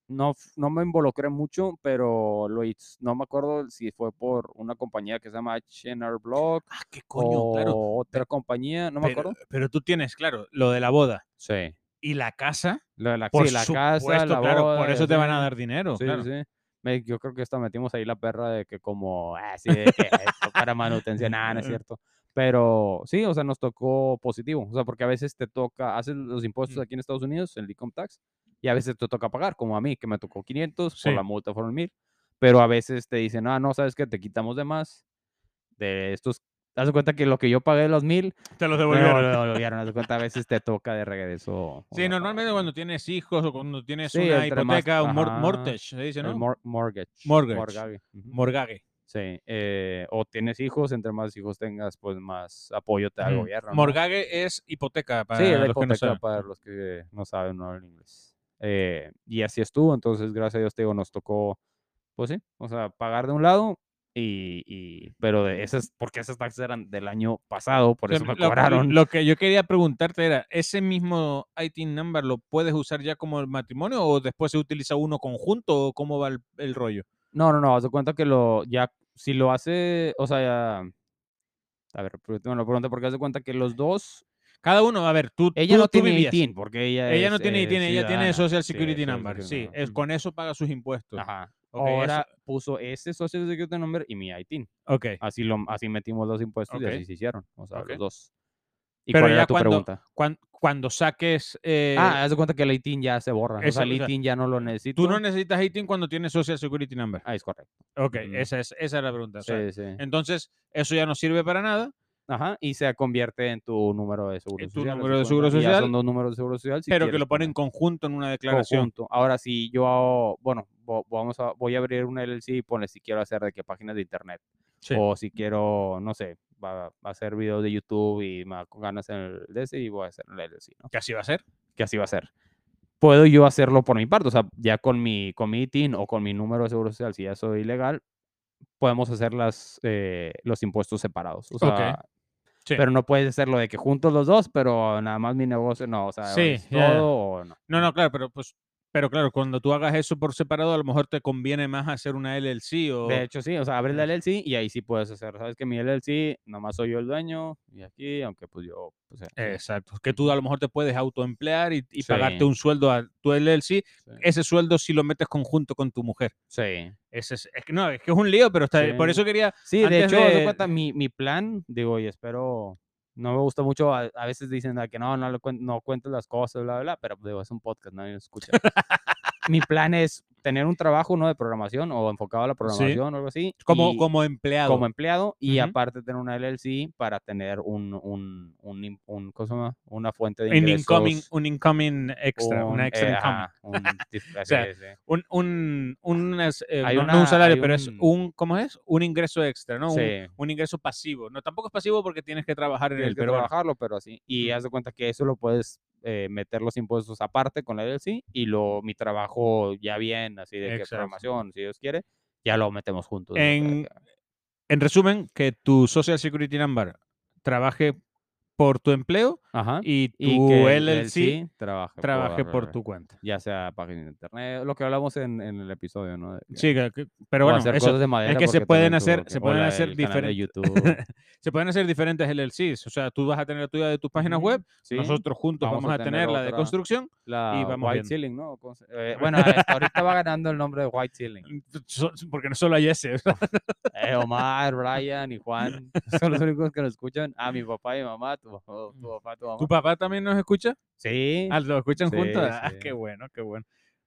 [SPEAKER 1] no, f- no me involucré mucho, pero lo hiz- no me acuerdo si fue por una compañía que se llama H&R Block
[SPEAKER 2] Ah, qué
[SPEAKER 1] o
[SPEAKER 2] coño, claro.
[SPEAKER 1] otra compañía, no me
[SPEAKER 2] pero,
[SPEAKER 1] acuerdo.
[SPEAKER 2] pero tú tienes, claro, lo de la boda
[SPEAKER 1] Sí.
[SPEAKER 2] y la casa.
[SPEAKER 1] Lo de la,
[SPEAKER 2] Por
[SPEAKER 1] sí, la casa,
[SPEAKER 2] supuesto,
[SPEAKER 1] la
[SPEAKER 2] claro, por
[SPEAKER 1] boda,
[SPEAKER 2] eso te van a
[SPEAKER 1] sí,
[SPEAKER 2] dar dinero.
[SPEAKER 1] Sí,
[SPEAKER 2] claro.
[SPEAKER 1] sí. Me- yo creo que hasta metimos ahí la perra de que como, ah, sí, de que esto para manutención, ah, no es
[SPEAKER 2] Eh.
[SPEAKER 1] cierto. Pero sí, o sea, nos tocó positivo. O sea, porque a veces te toca, haces los impuestos
[SPEAKER 2] Mm.
[SPEAKER 1] aquí en Estados Unidos, el income tax, y a veces te toca pagar, como a mí, que me tocó 500, por la
[SPEAKER 2] Sí.
[SPEAKER 1] multa fueron 1000. Pero a veces te dicen, ah, no, sabes que te quitamos de más de estos. Haz de cuenta que lo que yo pagué los 1000,
[SPEAKER 2] Te los
[SPEAKER 1] me
[SPEAKER 2] devolvieron.
[SPEAKER 1] lo devolvieron. Haz de cuenta, a veces te toca de regreso. o
[SPEAKER 2] Sí,
[SPEAKER 1] sea,
[SPEAKER 2] normalmente
[SPEAKER 1] pagar.
[SPEAKER 2] cuando tienes hijos o cuando tienes
[SPEAKER 1] Sí,
[SPEAKER 2] una
[SPEAKER 1] entre más-
[SPEAKER 2] hipoteca, un mor-
[SPEAKER 1] ajá,
[SPEAKER 2] mortgage, se dice,
[SPEAKER 1] El
[SPEAKER 2] ¿no?
[SPEAKER 1] mor- mortgage.
[SPEAKER 2] Mortgage.
[SPEAKER 1] ujú.
[SPEAKER 2] Morgage.
[SPEAKER 1] Sí, eh, o tienes hijos, entre más hijos tengas, pues más apoyo te da el
[SPEAKER 2] Ujú.
[SPEAKER 1] gobierno. ¿no?
[SPEAKER 2] Morgage es hipoteca para
[SPEAKER 1] sí, la
[SPEAKER 2] los que no
[SPEAKER 1] hipoteca
[SPEAKER 2] saben.
[SPEAKER 1] para los que no saben no hablan inglés. Eh, y así estuvo, entonces gracias a Dios te digo, nos tocó, pues sí, o sea, pagar de un lado y, y- pero de esas, porque esas taxas eran del año pasado, por
[SPEAKER 2] O
[SPEAKER 1] eso
[SPEAKER 2] sea,
[SPEAKER 1] me
[SPEAKER 2] lo-
[SPEAKER 1] cobraron.
[SPEAKER 2] Lo que yo quería preguntarte era, ¿ese mismo ITIN number lo puedes usar ya como el matrimonio o después se utiliza uno conjunto o cómo va el, el rollo?
[SPEAKER 1] No, no, no, haz de cuenta que lo, ya, si lo hace, o sea, ya- a ver, me lo pregunto porque haz de cuenta que los dos
[SPEAKER 2] Cada uno, a ver, tú,
[SPEAKER 1] Ella
[SPEAKER 2] tú-
[SPEAKER 1] no
[SPEAKER 2] tú
[SPEAKER 1] tiene
[SPEAKER 2] vivías.
[SPEAKER 1] ITIN, porque ella
[SPEAKER 2] Ella
[SPEAKER 1] es,
[SPEAKER 2] no tiene
[SPEAKER 1] eh,
[SPEAKER 2] ITIN, ella tiene
[SPEAKER 1] ciudadana.
[SPEAKER 2] Social
[SPEAKER 1] Sí,
[SPEAKER 2] Security
[SPEAKER 1] Social
[SPEAKER 2] number. Sí,
[SPEAKER 1] Security
[SPEAKER 2] es,
[SPEAKER 1] Ujú.
[SPEAKER 2] con eso paga sus impuestos.
[SPEAKER 1] Ajá.
[SPEAKER 2] Ok, eso-
[SPEAKER 1] Ahora puso ese Social Security number y mi ITIN.
[SPEAKER 2] Ok.
[SPEAKER 1] Así, lo, así metimos los impuestos
[SPEAKER 2] Ok.
[SPEAKER 1] y así se hicieron. O sea,
[SPEAKER 2] Ok.
[SPEAKER 1] los dos. ¿Y
[SPEAKER 2] Pero
[SPEAKER 1] cuál
[SPEAKER 2] ya
[SPEAKER 1] era tu
[SPEAKER 2] cuando-
[SPEAKER 1] pregunta?
[SPEAKER 2] Cuan- cuando saques... eh,
[SPEAKER 1] ah, haz de cuenta que el ITIN ya se borra. o
[SPEAKER 2] eso,
[SPEAKER 1] sea, el
[SPEAKER 2] o sea,
[SPEAKER 1] ITIN ya no lo necesito.
[SPEAKER 2] Tú no necesitas ITIN cuando tienes Social Security Number.
[SPEAKER 1] Ah, es correcto.
[SPEAKER 2] Ok,
[SPEAKER 1] Ujú.
[SPEAKER 2] esa es, esa es la pregunta. o sea,
[SPEAKER 1] sí, sí.
[SPEAKER 2] Entonces, eso ya no sirve para nada.
[SPEAKER 1] Ajá. Y se convierte en tu número de seguro
[SPEAKER 2] En tu
[SPEAKER 1] social. haz
[SPEAKER 2] número de
[SPEAKER 1] cuenta,
[SPEAKER 2] seguro
[SPEAKER 1] y Ya
[SPEAKER 2] social,
[SPEAKER 1] son dos números de seguro social. si
[SPEAKER 2] pero que
[SPEAKER 1] quieres
[SPEAKER 2] lo ponen
[SPEAKER 1] poner.
[SPEAKER 2] conjunto en una declaración.
[SPEAKER 1] conjunto. Ahora sí, yo, bueno, vo- vamos a, voy a abrir un LLC y pone si quiero hacer de qué páginas de internet.
[SPEAKER 2] Sí.
[SPEAKER 1] O si quiero, no sé, va va a hacer videos de YouTube y me da con ganas en el DC y voy a hacer el LLC, ¿no?
[SPEAKER 2] Que así va a ser.
[SPEAKER 1] Que así va a ser. Puedo yo hacerlo por mi parte, o sea, ya con mi, con mi ITIN o con mi número de seguro social, si ya soy legal, podemos hacer las, eh, los impuestos separados. O sea,
[SPEAKER 2] Sí.
[SPEAKER 1] pero no puedes hacerlo de que juntos los dos, pero nada más mi negocio, no, o sea,
[SPEAKER 2] Sí,
[SPEAKER 1] es
[SPEAKER 2] ya, ya.
[SPEAKER 1] todo o no.
[SPEAKER 2] No, no, claro, pero pues Pero claro, cuando tú hagas eso por separado, a lo mejor te conviene más hacer una LLC o...
[SPEAKER 1] De hecho, sí, o sea, abres la LLC y ahí sí puedes hacer. Sabes que mi LLC, nomás soy yo el dueño y aquí, aunque pues yo. pues, eh,
[SPEAKER 2] Exacto. Que tú a lo mejor te puedes autoemplear y, y
[SPEAKER 1] Sí.
[SPEAKER 2] pagarte un sueldo a tu LLC. Ese sueldo si lo metes conjunto con tu mujer.
[SPEAKER 1] sí.
[SPEAKER 2] Ese es, es que no, es que es un lío, pero está,
[SPEAKER 1] Sí.
[SPEAKER 2] por eso quería...
[SPEAKER 1] Sí, de
[SPEAKER 2] Antes
[SPEAKER 1] hecho, haz de
[SPEAKER 2] de-
[SPEAKER 1] cuenta, mi, mi plan, digo, y espero, no me gusta mucho, a, a veces dicen ah, que no, no, lo cuen- no cuentes las cosas, bla, bla, bla, pero digo, es un podcast, nadie lo escucha. mi plan es tener un trabajo, ¿no? De programación o enfocado a la programación o algo así.
[SPEAKER 2] Como,
[SPEAKER 1] y-
[SPEAKER 2] como empleado.
[SPEAKER 1] como empleado y
[SPEAKER 2] Ujú.
[SPEAKER 1] aparte tener una LLC para tener un, un, un, in- un- ¿cómo se llama? una fuente de
[SPEAKER 2] un
[SPEAKER 1] ingresos.
[SPEAKER 2] incoming, un incoming extra,
[SPEAKER 1] un,
[SPEAKER 2] una extra
[SPEAKER 1] eh,
[SPEAKER 2] income.
[SPEAKER 1] ajá, un tif- así
[SPEAKER 2] sea,
[SPEAKER 1] es, eh.
[SPEAKER 2] Un, un, unas, eh,
[SPEAKER 1] Hay
[SPEAKER 2] no, no un
[SPEAKER 1] una-
[SPEAKER 2] salario,
[SPEAKER 1] hay
[SPEAKER 2] pero es
[SPEAKER 1] un-
[SPEAKER 2] un, ¿cómo es? Un ingreso extra, ¿no? Un-
[SPEAKER 1] Sí.
[SPEAKER 2] Un, ingreso pasivo. No, tampoco es pasivo porque tienes que trabajar en
[SPEAKER 1] tienes
[SPEAKER 2] él,
[SPEAKER 1] que
[SPEAKER 2] pero bueno.
[SPEAKER 1] trabajarlo, pero así. Y haz de cuenta que eso lo puedes eh, meter los impuestos aparte con la LLC y lo, mi trabajo ya bien, así de que
[SPEAKER 2] Exacto.
[SPEAKER 1] programación, si Dios quiere, ya lo metemos juntos. ¿no? O sea,
[SPEAKER 2] En-
[SPEAKER 1] pues, que-
[SPEAKER 2] En resumen, que tu Social Security Number trabaje por tu empleo
[SPEAKER 1] Ajá.
[SPEAKER 2] y tu
[SPEAKER 1] Ah, que el
[SPEAKER 2] LLC
[SPEAKER 1] trabaje,
[SPEAKER 2] trabaje por tu cuenta.
[SPEAKER 1] Ya sea página de internet, lo que hablamos en, en el episodio, ¿no? De que-
[SPEAKER 2] Sí, que- que-
[SPEAKER 1] o
[SPEAKER 2] pero bueno,
[SPEAKER 1] hacer
[SPEAKER 2] eso-
[SPEAKER 1] cosas de madera
[SPEAKER 2] que se
[SPEAKER 1] porque
[SPEAKER 2] pueden
[SPEAKER 1] también
[SPEAKER 2] hacer-
[SPEAKER 1] que-
[SPEAKER 2] se
[SPEAKER 1] o
[SPEAKER 2] pueden
[SPEAKER 1] la-
[SPEAKER 2] hacer
[SPEAKER 1] el canal de
[SPEAKER 2] diferen-
[SPEAKER 1] YouTube.
[SPEAKER 2] se pueden hacer diferentes LLCs. O sea, tú vas a tener la tuya de tus páginas
[SPEAKER 1] Ujú,
[SPEAKER 2] web,
[SPEAKER 1] sí,
[SPEAKER 2] nosotros juntos vamos,
[SPEAKER 1] Vamos
[SPEAKER 2] a
[SPEAKER 1] a
[SPEAKER 2] tener,
[SPEAKER 1] tener
[SPEAKER 2] la de
[SPEAKER 1] otra.
[SPEAKER 2] construcción.
[SPEAKER 1] la
[SPEAKER 2] y vamos
[SPEAKER 1] White
[SPEAKER 2] viendo.
[SPEAKER 1] Ceiling, ¿no? ¿Cómo se- eh, bueno, hasta ahorita va ganando el nombre de White Ceiling.
[SPEAKER 2] so- Porque no solo hay ese. o sea,
[SPEAKER 1] Eh, Omar, Brian y Juan son los únicos que nos escuchan. Ah, mi papá y mi mamá, tu, papá, tu papá, tu mamá.
[SPEAKER 2] Mm. ¿Tu papá también nos escucha?
[SPEAKER 1] Sí,
[SPEAKER 2] Ah, ¿Lo escuchan
[SPEAKER 1] Sí,
[SPEAKER 2] juntos? Ah,
[SPEAKER 1] sí.
[SPEAKER 2] qué bueno, qué bueno.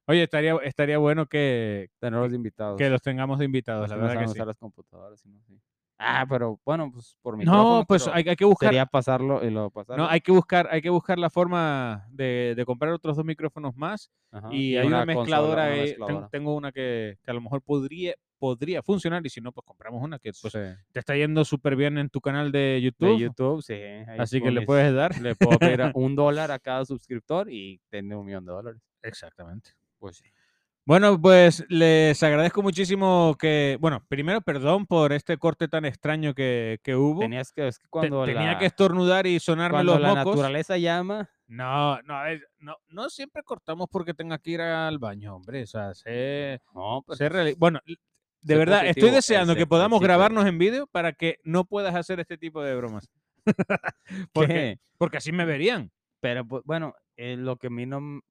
[SPEAKER 2] Oye, estaría, estaría bueno que,
[SPEAKER 1] tenerlos invitados.
[SPEAKER 2] que los tengamos de invitados,
[SPEAKER 1] Los
[SPEAKER 2] la
[SPEAKER 1] que no
[SPEAKER 2] verdad que
[SPEAKER 1] saben
[SPEAKER 2] sí.
[SPEAKER 1] usar las computadoras. sino sí. Ah, pero bueno, pues por mi
[SPEAKER 2] No, pues hay, hay que buscar,
[SPEAKER 1] Sería pasarlo y lo pasarlo.
[SPEAKER 2] no, hay que buscar, hay que buscar la forma de, de comprar otros dos micrófonos más.
[SPEAKER 1] Ajá,
[SPEAKER 2] Y, hay una,
[SPEAKER 1] consola,
[SPEAKER 2] mezcladora,
[SPEAKER 1] Ah, una
[SPEAKER 2] ahí, ten-
[SPEAKER 1] mezcladora.
[SPEAKER 2] tengo una que, que a lo mejor podría, podría funcionar y si no, pues compramos una que pues,
[SPEAKER 1] Sí.
[SPEAKER 2] te está yendo súper bien en tu canal de YouTube.
[SPEAKER 1] De YouTube, sí. ahí
[SPEAKER 2] así que
[SPEAKER 1] con
[SPEAKER 2] le
[SPEAKER 1] mis-
[SPEAKER 2] puedes dar.
[SPEAKER 1] Le puedo pedir a- un dólar a cada suscriptor y tener un millón de dólares.
[SPEAKER 2] Exactamente.
[SPEAKER 1] Pues sí.
[SPEAKER 2] Bueno, pues les agradezco muchísimo que, bueno, primero perdón por este corte tan extraño que, que hubo.
[SPEAKER 1] Tenías que, es que
[SPEAKER 2] Te-
[SPEAKER 1] cuando
[SPEAKER 2] tenía
[SPEAKER 1] la,
[SPEAKER 2] que estornudar y sonarme
[SPEAKER 1] cuando
[SPEAKER 2] los
[SPEAKER 1] la
[SPEAKER 2] mocos.
[SPEAKER 1] naturaleza llama,
[SPEAKER 2] No, no, a ver, no, no siempre cortamos porque tenga que ir al baño, hombre. O sea, sé,
[SPEAKER 1] no, pues,
[SPEAKER 2] sé reali- bueno, l- de
[SPEAKER 1] sé
[SPEAKER 2] verdad,
[SPEAKER 1] positivo,
[SPEAKER 2] estoy deseando
[SPEAKER 1] ese
[SPEAKER 2] que podamos
[SPEAKER 1] principio.
[SPEAKER 2] grabarnos en vídeo para que no puedas hacer este tipo de bromas. porque,
[SPEAKER 1] ¿qué?
[SPEAKER 2] porque así me verían.
[SPEAKER 1] Pero pues, bueno, eh, lo que a mí no. m-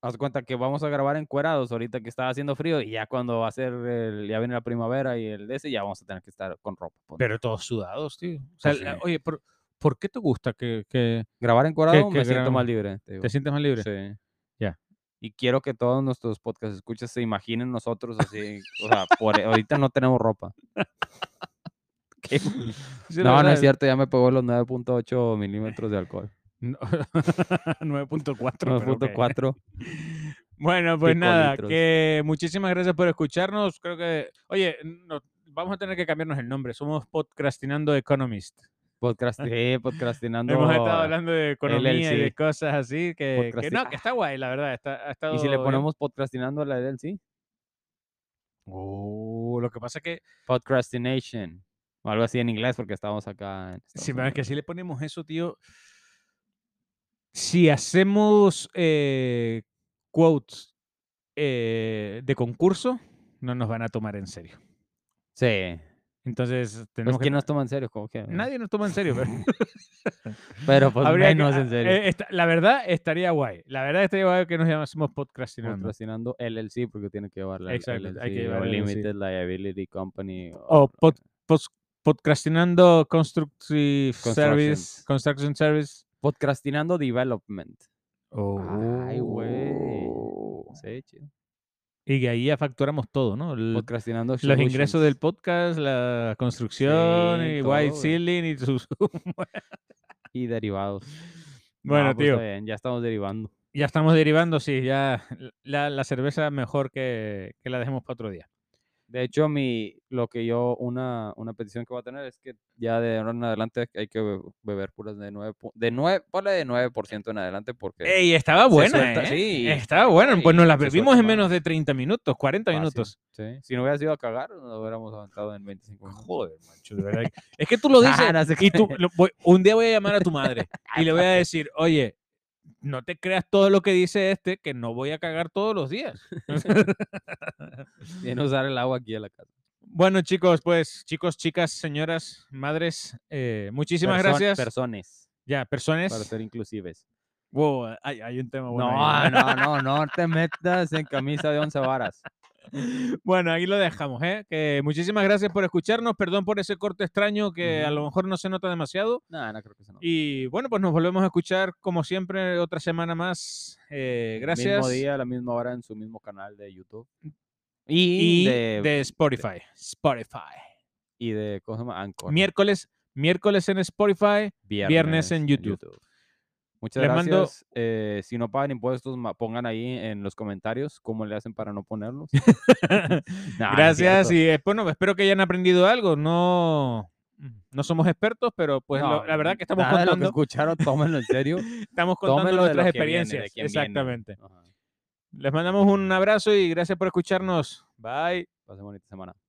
[SPEAKER 1] Haz cuenta que vamos a grabar encuerados ahorita que está haciendo frío y ya cuando va a ser el- ya viene la primavera y el de ese ya vamos a tener que estar con ropa. pues. ponte.
[SPEAKER 2] Pero todos sudados, tío. O sea,
[SPEAKER 1] Oh. Pues
[SPEAKER 2] la-
[SPEAKER 1] sí.
[SPEAKER 2] oye, ¿por, por qué te gusta que, que
[SPEAKER 1] grabar encuerado
[SPEAKER 2] que
[SPEAKER 1] me siento
[SPEAKER 2] grabamos.
[SPEAKER 1] más libre. Te digo.
[SPEAKER 2] te sientes más libre?
[SPEAKER 1] Sí.
[SPEAKER 2] Ya.
[SPEAKER 1] Y quiero que todos nuestros podcast escuchas se imaginen nosotros así. o sea, por, e, ahorita no tenemos ropa. ¿Qué?
[SPEAKER 2] Sí, la
[SPEAKER 1] No, no
[SPEAKER 2] verdad
[SPEAKER 1] es cierto, ya me pegó los 9.8 milímetros de alcohol.
[SPEAKER 2] No- 9.4. pero ok.
[SPEAKER 1] 9.4.
[SPEAKER 2] Bueno, pues nada,
[SPEAKER 1] Picolitros.
[SPEAKER 2] que muchísimas gracias por escucharnos. Creo que, oye, no- vamos a tener que cambiarnos el nombre. Somos Podcastinando Economist.
[SPEAKER 1] Podcast, sí, podcastinando.
[SPEAKER 2] Hemos estado hablando de economía y de
[SPEAKER 1] LLC.
[SPEAKER 2] cosas así que, que
[SPEAKER 1] Podcasti-
[SPEAKER 2] no, que está guay, la verdad. Está, ha estado
[SPEAKER 1] Y si le
[SPEAKER 2] bien.
[SPEAKER 1] ponemos podcastinando a la de él, sí.
[SPEAKER 2] Oh, lo que pasa que,
[SPEAKER 1] Podcrastination. O algo así en inglés porque estamos acá. En
[SPEAKER 2] si,
[SPEAKER 1] Estados
[SPEAKER 2] pero es que
[SPEAKER 1] Unidos.
[SPEAKER 2] si le ponemos eso, tío, si hacemos eh, quotes eh, de concurso, no nos van a tomar en serio.
[SPEAKER 1] Sí.
[SPEAKER 2] Entonces,
[SPEAKER 1] Pues
[SPEAKER 2] tenemos
[SPEAKER 1] que
[SPEAKER 2] que...
[SPEAKER 1] nos toma en serio, como que.
[SPEAKER 2] Nadie nos toma en serio, pero...
[SPEAKER 1] Pero pues
[SPEAKER 2] Habría que-
[SPEAKER 1] menos en
[SPEAKER 2] ah,
[SPEAKER 1] serio.
[SPEAKER 2] eh, esta- la verdad estaría guay. La verdad estaría guay que nos llamásemos podcastinando.
[SPEAKER 1] Podcastinando LLC porque tiene que llevar la
[SPEAKER 2] Exacto,
[SPEAKER 1] LLC.
[SPEAKER 2] hay que llevar Oh.
[SPEAKER 1] o
[SPEAKER 2] LLC.
[SPEAKER 1] Limited Liability Company.
[SPEAKER 2] O
[SPEAKER 1] or-
[SPEAKER 2] pod- pos- podcastinando constructive service,
[SPEAKER 1] Constructions.
[SPEAKER 2] construction service.
[SPEAKER 1] Podcastinando Development.
[SPEAKER 2] Ay,
[SPEAKER 1] Ay, güey. Sí, chido.
[SPEAKER 2] Y que ahí ya facturamos todo, ¿no? El-
[SPEAKER 1] Podcastinando
[SPEAKER 2] los ingresos del
[SPEAKER 1] Solutions.
[SPEAKER 2] podcast, la construcción,
[SPEAKER 1] Sí,
[SPEAKER 2] y
[SPEAKER 1] todo,
[SPEAKER 2] white
[SPEAKER 1] güey.
[SPEAKER 2] ceiling y sus...
[SPEAKER 1] y derivados.
[SPEAKER 2] Bueno,
[SPEAKER 1] pues, está
[SPEAKER 2] tío.
[SPEAKER 1] bien, ya estamos derivando.
[SPEAKER 2] ya estamos derivando, sí, ya la, la cerveza mejor que, que la dejemos para otro día.
[SPEAKER 1] De hecho, mi, lo que yo, una, una petición que voy a tener es que ya de ahora en adelante hay que be- beber puras de 9, de 9, ponle de 9% en adelante porque...
[SPEAKER 2] Ey, estaba
[SPEAKER 1] se
[SPEAKER 2] buena,
[SPEAKER 1] suelta-
[SPEAKER 2] ¿eh?
[SPEAKER 1] sí,
[SPEAKER 2] Estaba buena. Pues
[SPEAKER 1] sí,
[SPEAKER 2] nos las
[SPEAKER 1] se
[SPEAKER 2] bebimos
[SPEAKER 1] suelta
[SPEAKER 2] en
[SPEAKER 1] más.
[SPEAKER 2] menos de 30 minutos, 40
[SPEAKER 1] fácil,
[SPEAKER 2] minutos.
[SPEAKER 1] sí. Si no hubieras ido a cagar, no hubiéramos avanzado en 25 minutos.
[SPEAKER 2] Joder, macho, de verdad. que- Es que tú lo dices.
[SPEAKER 1] Ah, no sé
[SPEAKER 2] y
[SPEAKER 1] qué.
[SPEAKER 2] tú, lo- voy- un día voy a llamar a tu madre y le voy a decir, oye, no te creas todo lo que dice este, que no voy a cagar todos los días.
[SPEAKER 1] Viene a usar el agua aquí a la casa.
[SPEAKER 2] Bueno, chicos, pues, chicos, chicas, señoras, madres, eh, muchísimas
[SPEAKER 1] Perso-
[SPEAKER 2] gracias.
[SPEAKER 1] Personas,
[SPEAKER 2] ya, personas.
[SPEAKER 1] para ser inclusives.
[SPEAKER 2] Wow, hay, hay un
[SPEAKER 1] Ah,
[SPEAKER 2] tema bueno. ahí.
[SPEAKER 1] No, no, no, no te metas en camisa de once varas.
[SPEAKER 2] Bueno, ahí lo dejamos, ¿eh? Que muchísimas gracias por escucharnos. Perdón por ese corte extraño que a
[SPEAKER 1] Ujú.
[SPEAKER 2] lo mejor no se nota demasiado.
[SPEAKER 1] No, no creo que se note.
[SPEAKER 2] Y bueno, pues nos volvemos a escuchar como siempre otra semana más. Eh, gracias.
[SPEAKER 1] Mismo día, a la misma hora, en su mismo canal de YouTube.
[SPEAKER 2] Y,
[SPEAKER 1] Y,
[SPEAKER 2] de,
[SPEAKER 1] de,
[SPEAKER 2] Spotify. Spotify.
[SPEAKER 1] y de, ¿cómo se llama? Anchor.
[SPEAKER 2] Miércoles, miércoles en Spotify.
[SPEAKER 1] Viernes,
[SPEAKER 2] en YouTube.
[SPEAKER 1] Muchas
[SPEAKER 2] Les
[SPEAKER 1] gracias.
[SPEAKER 2] mando-
[SPEAKER 1] Eh, si no pagan impuestos, ma- pongan ahí en los comentarios cómo le hacen para no ponerlos. No, no Ah, es
[SPEAKER 2] gracias.
[SPEAKER 1] cierto.
[SPEAKER 2] Y eh, bueno, espero que hayan aprendido algo. No. No somos expertos, pero pues
[SPEAKER 1] No,
[SPEAKER 2] lo- la verdad que estamos
[SPEAKER 1] nada de lo que
[SPEAKER 2] contando,
[SPEAKER 1] escucharon, tómenlo en serio.
[SPEAKER 2] estamos contando
[SPEAKER 1] tómenlo de lo
[SPEAKER 2] nuestras
[SPEAKER 1] que viene, de
[SPEAKER 2] experiencias.
[SPEAKER 1] quien viene.
[SPEAKER 2] Exactamente.
[SPEAKER 1] Ajá.
[SPEAKER 2] Les mandamos un abrazo y gracias por escucharnos. Bye.
[SPEAKER 1] Pasen bonita semana.